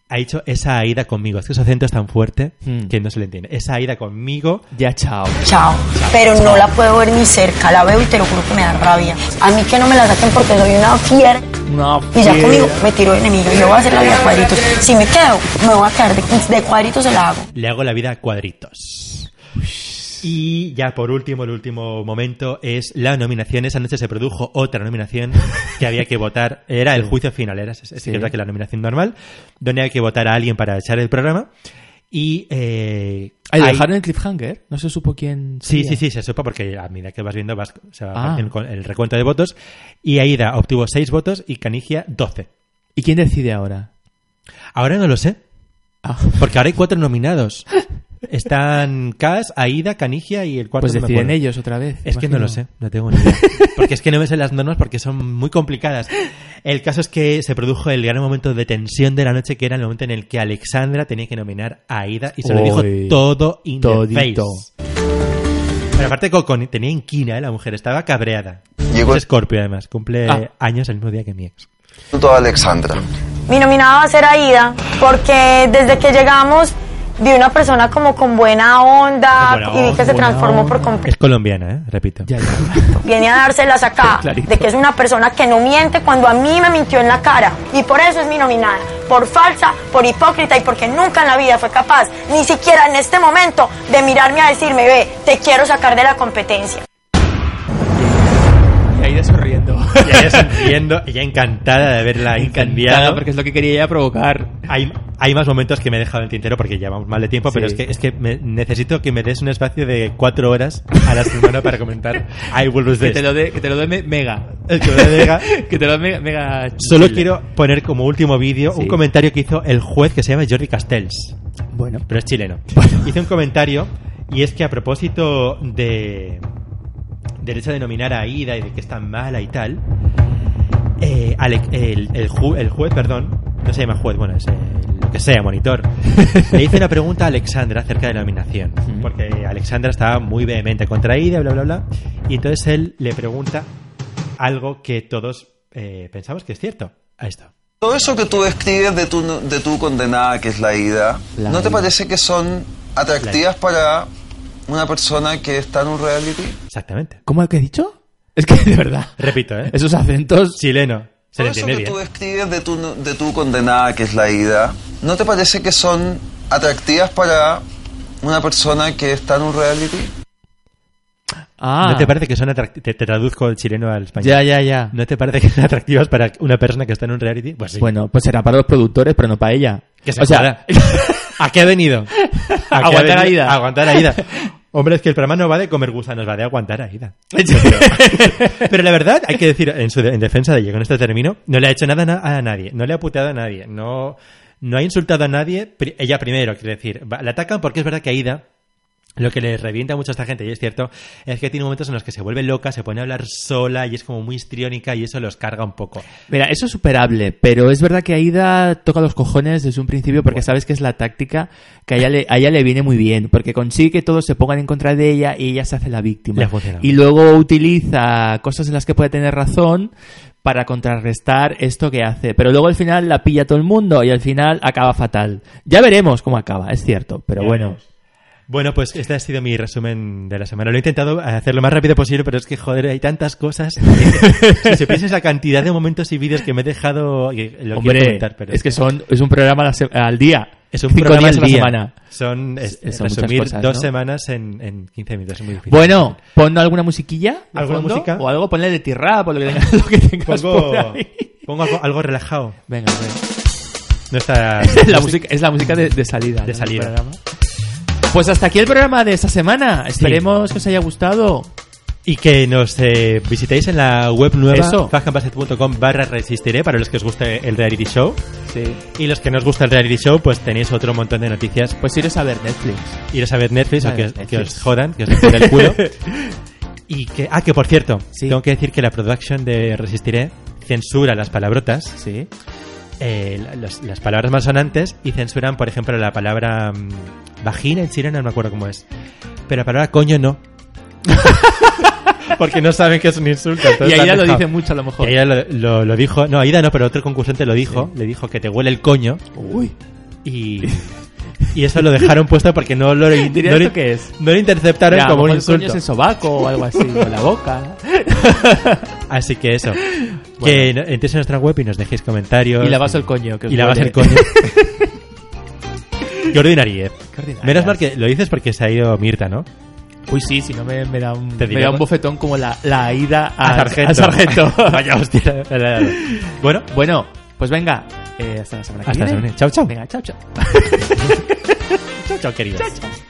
[SPEAKER 2] ha dicho esa Aida conmigo. Es que su acento es tan fuerte que no se le entiende. Esa Aida conmigo.
[SPEAKER 1] Hmm. Ya, chao.
[SPEAKER 17] Chao. Pero no la puedo ver ni cerca. La veo y te lo juro que me da rabia. A mí que no me la saquen porque soy una fiera.
[SPEAKER 1] No,
[SPEAKER 17] Y ya conmigo me tiro de enemigo. Yo voy a hacer la vida a cuadritos. Si me quedo, me voy a quedar de, de cuadritos se la hago.
[SPEAKER 2] Le hago la vida a cuadritos. Y ya por último, el último momento es la nominación. Esa noche se produjo otra nominación que había que votar. Era el juicio final, era es- es
[SPEAKER 1] Sí.
[SPEAKER 2] verdad que la nominación normal, donde hay que votar a alguien para echar el programa. Y eh,
[SPEAKER 1] Ay, ¿lo
[SPEAKER 2] ahí-
[SPEAKER 1] dejaron en cliffhanger? No se supo quién...
[SPEAKER 2] Sí,
[SPEAKER 1] sería.
[SPEAKER 2] sí, sí, se supo porque a medida que vas viendo vas, se va
[SPEAKER 1] Ah.
[SPEAKER 2] haciendo con el recuento de votos. Y Aida obtuvo 6 votos y Canigia 12.
[SPEAKER 1] ¿Y quién decide ahora?
[SPEAKER 2] Ahora no lo sé.
[SPEAKER 1] Ah.
[SPEAKER 2] Porque ahora hay cuatro nominados. Están Cass, Aida, Canigia y el cuarto.
[SPEAKER 1] Pues
[SPEAKER 2] no me
[SPEAKER 1] deciden
[SPEAKER 2] acuerdo.
[SPEAKER 1] ellos otra vez,
[SPEAKER 2] Es que
[SPEAKER 1] imagino.
[SPEAKER 2] no lo sé, no tengo ni idea. Porque es que no me sé las normas porque son muy complicadas. El caso es que se produjo el gran momento de tensión de la noche, que era el momento en el que Alexandra tenía que nominar a Aida y se lo dijo
[SPEAKER 1] Uy,
[SPEAKER 2] todo in the
[SPEAKER 1] todito.
[SPEAKER 2] face. Pero aparte Coconi tenía inquina, ¿eh? la mujer estaba cabreada. Es Scorpio además, cumple
[SPEAKER 17] Ah.
[SPEAKER 2] años el mismo día que mi ex.
[SPEAKER 14] Toda Alexandra.
[SPEAKER 17] Mi nominada va a ser Aida porque desde que llegamos vi una persona como con buena onda Ah, y
[SPEAKER 2] Buena
[SPEAKER 17] vi que
[SPEAKER 2] onda,
[SPEAKER 17] se
[SPEAKER 2] buena oh.
[SPEAKER 17] transformó por completo.
[SPEAKER 2] Es colombiana, ¿eh? repito.
[SPEAKER 17] Viene a dárselas acá
[SPEAKER 2] Clarito.
[SPEAKER 17] de que es una persona que no miente cuando a mí me mintió en la cara y por eso es mi nominada, por falsa, por hipócrita y porque nunca en la vida fue capaz, ni siquiera en este momento, de mirarme a decirme, ve, te quiero sacar de la competencia.
[SPEAKER 1] Y Aida sonriendo.
[SPEAKER 2] Y ella sonriendo, ella encantada de verla encantada
[SPEAKER 1] porque es lo que quería ella provocar.
[SPEAKER 2] Hay, hay más momentos que me he dejado en el tintero porque ya vamos mal de tiempo, pero es
[SPEAKER 1] Sí.
[SPEAKER 2] que, es que me- necesito que me des un espacio de cuatro horas a la semana para comentar I Will Lose
[SPEAKER 1] Que
[SPEAKER 2] This.
[SPEAKER 1] te lo dé que te lo dé me- mega.
[SPEAKER 2] El que lo dé mega.
[SPEAKER 1] que te lo dé me- mega.
[SPEAKER 2] Solo
[SPEAKER 1] chile.
[SPEAKER 2] quiero poner como último vídeo
[SPEAKER 1] Sí.
[SPEAKER 2] un comentario que hizo el juez que se llama Jordi Castells.
[SPEAKER 1] Bueno.
[SPEAKER 2] Pero es chileno. Hizo un comentario y es que a propósito de del hecho de nominar a Aida y de que es tan mala y tal, eh, Ale- el, el ju- el juez, perdón, no se llama juez, bueno, es eh, lo que sea, monitor, le hizo una pregunta a Alexandra acerca de la nominación, porque Alexandra estaba muy vehemente contra Ida, bla, bla, bla, y entonces él le pregunta algo que todos eh, pensamos que es cierto, a esto.
[SPEAKER 6] Todo eso que tú describes de tu, de tu condenada, que es la ida,
[SPEAKER 2] La
[SPEAKER 6] ¿no te
[SPEAKER 2] ida.
[SPEAKER 6] parece que son atractivas para una persona que está en un reality?
[SPEAKER 2] Exactamente.
[SPEAKER 1] ¿Cómo que he dicho? Es que de verdad.
[SPEAKER 2] Repito, ¿eh?
[SPEAKER 1] Esos acentos.
[SPEAKER 2] Chileno. Se le
[SPEAKER 6] Todo eso
[SPEAKER 2] entiende
[SPEAKER 6] que
[SPEAKER 2] bien.
[SPEAKER 6] tú describes de tu, de tu condenada, que es la ida, ¿no te parece que son atractivas para una persona que está en un reality?
[SPEAKER 1] Ah.
[SPEAKER 2] ¿No te parece que son atractivas? Te, te traduzco el chileno al español.
[SPEAKER 1] Ya, ya, ya.
[SPEAKER 2] ¿No te parece que son atractivas para una persona que está en un reality? Pues sí.
[SPEAKER 1] Bueno, pues será para los productores, pero no para ella.
[SPEAKER 2] Que se
[SPEAKER 1] o sea,
[SPEAKER 2] joda. ¿A qué ha venido? ¿A qué ha
[SPEAKER 1] Aguantar a
[SPEAKER 2] venido?
[SPEAKER 1] Aida.
[SPEAKER 2] A Aguantar a Aida. Hombre, es que el programa no va de comer gusanos, va de aguantar a Aida. Pero la verdad, hay que decir, en, su de- en defensa de ella, con este término, no le ha hecho nada na- a nadie, no le ha puteado a nadie, no, no ha insultado a nadie. Pri- ella primero, quiero decir, va- la atacan porque es verdad que Aida Lo que le revienta mucho a esta gente, y es cierto, es que tiene momentos en los que se vuelve loca, se pone a hablar sola y es como muy histriónica y eso los carga un poco.
[SPEAKER 1] Mira, eso es superable, pero es verdad que Aida toca los cojones desde un principio porque sabes que es la táctica que a ella, le, a ella le viene muy bien, porque consigue que todos se pongan en contra de ella y ella se hace la víctima.
[SPEAKER 2] Le ha funcionado.
[SPEAKER 1] y luego utiliza cosas en las que puede tener razón para contrarrestar esto que hace. Pero luego al final la pilla todo el mundo y al final acaba fatal. Ya veremos cómo acaba, es cierto, pero
[SPEAKER 2] Ya
[SPEAKER 1] bueno.
[SPEAKER 2] veremos. Bueno, pues este ha sido mi resumen de la semana. Lo he intentado hacer lo más rápido posible, pero es que, joder, hay tantas cosas. si supieses la cantidad de momentos y vídeos que me he dejado, que lo quiero
[SPEAKER 1] Hombre,
[SPEAKER 2] comentar, pero...
[SPEAKER 1] es que son, es un programa a la se- al día.
[SPEAKER 2] Es un
[SPEAKER 1] Cinco
[SPEAKER 2] programa
[SPEAKER 1] días a
[SPEAKER 2] al
[SPEAKER 1] la
[SPEAKER 2] día.
[SPEAKER 1] semana.
[SPEAKER 2] Son es-
[SPEAKER 1] Es- son muchas
[SPEAKER 2] resumir
[SPEAKER 1] cosas,
[SPEAKER 2] dos
[SPEAKER 1] ¿no?
[SPEAKER 2] semanas en, en 15 minutos. Es muy difícil.
[SPEAKER 1] Bueno, pon alguna musiquilla. de
[SPEAKER 2] ¿Alguna
[SPEAKER 1] fondo,
[SPEAKER 2] música?
[SPEAKER 1] O algo, ponle de T-Rap o lo que tengas, lo que tengas
[SPEAKER 2] Pongo-
[SPEAKER 1] pues por ahí.
[SPEAKER 2] pongo algo, algo relajado.
[SPEAKER 1] Venga, venga.
[SPEAKER 2] No está...
[SPEAKER 1] la música, es la música de, de salida.
[SPEAKER 2] De
[SPEAKER 1] ¿no?
[SPEAKER 2] salida.
[SPEAKER 1] Del programa. Pues hasta aquí el programa de esta semana. Esperemos que os haya gustado.
[SPEAKER 2] Y que nos eh, visitéis en la web nueva,
[SPEAKER 1] Eso.
[SPEAKER 2] fajambasset.com barra resistiré, para los que os guste el reality show.
[SPEAKER 1] Sí.
[SPEAKER 2] Y los que no os gusta el reality show, pues tenéis otro montón de noticias.
[SPEAKER 1] Pues iros a ver Netflix.
[SPEAKER 2] Iros a ver Netflix,
[SPEAKER 1] A
[SPEAKER 2] o que,
[SPEAKER 1] ver
[SPEAKER 2] os- que
[SPEAKER 1] Netflix.
[SPEAKER 2] os jodan, que os den por el culo. y que, ah, que por cierto, tengo que decir que la production de Resistiré censura las palabrotas.
[SPEAKER 1] Sí.
[SPEAKER 2] Eh, las, las palabras malsonantes y censuran, por ejemplo, la palabra mm, vagina en chileno, no me acuerdo cómo es. Pero la palabra coño no. Porque no saben que es un insulto.
[SPEAKER 1] Y
[SPEAKER 2] entonces la
[SPEAKER 1] Aida
[SPEAKER 2] han
[SPEAKER 1] lo
[SPEAKER 2] dejado.
[SPEAKER 1] dice mucho, a lo mejor.
[SPEAKER 2] Y Aida lo, lo- lo dijo. No, Aida no, pero otro concursante lo dijo. Le dijo que te huele el coño.
[SPEAKER 1] Uy.
[SPEAKER 2] Y. Y eso lo dejaron puesto porque no lo,
[SPEAKER 1] Diría,
[SPEAKER 2] no lo-
[SPEAKER 1] ¿esto qué es?
[SPEAKER 2] no lo interceptaron
[SPEAKER 1] Ya, a lo
[SPEAKER 2] como un
[SPEAKER 1] mejor el coño
[SPEAKER 2] insulto.
[SPEAKER 1] es el sobaco o algo así, o la boca.
[SPEAKER 2] Así que eso. Que no- entréis en nuestra web y nos dejéis comentarios.
[SPEAKER 1] Y lavas el coño, que os
[SPEAKER 2] y lavas
[SPEAKER 1] huele.
[SPEAKER 2] el coño. Qué ordinaria, eh.
[SPEAKER 1] Qué ordinaria.
[SPEAKER 2] Menos mal que lo dices porque se ha ido Mirta, ¿no?
[SPEAKER 1] Uy, sí, si no me, me da un,
[SPEAKER 2] Te
[SPEAKER 1] me
[SPEAKER 2] digo-
[SPEAKER 1] da un bofetón como la, la ida Ah, a,
[SPEAKER 2] A sargento.
[SPEAKER 1] a sargento.
[SPEAKER 2] Vaya hostia. Bueno.
[SPEAKER 1] Bueno, pues venga. eh, hasta la semana que
[SPEAKER 2] Hasta la
[SPEAKER 1] viene.
[SPEAKER 2] semana. Chao, chao.
[SPEAKER 1] Venga, chao, chao.
[SPEAKER 2] Chao, chao, queridos.
[SPEAKER 1] Chao, chao.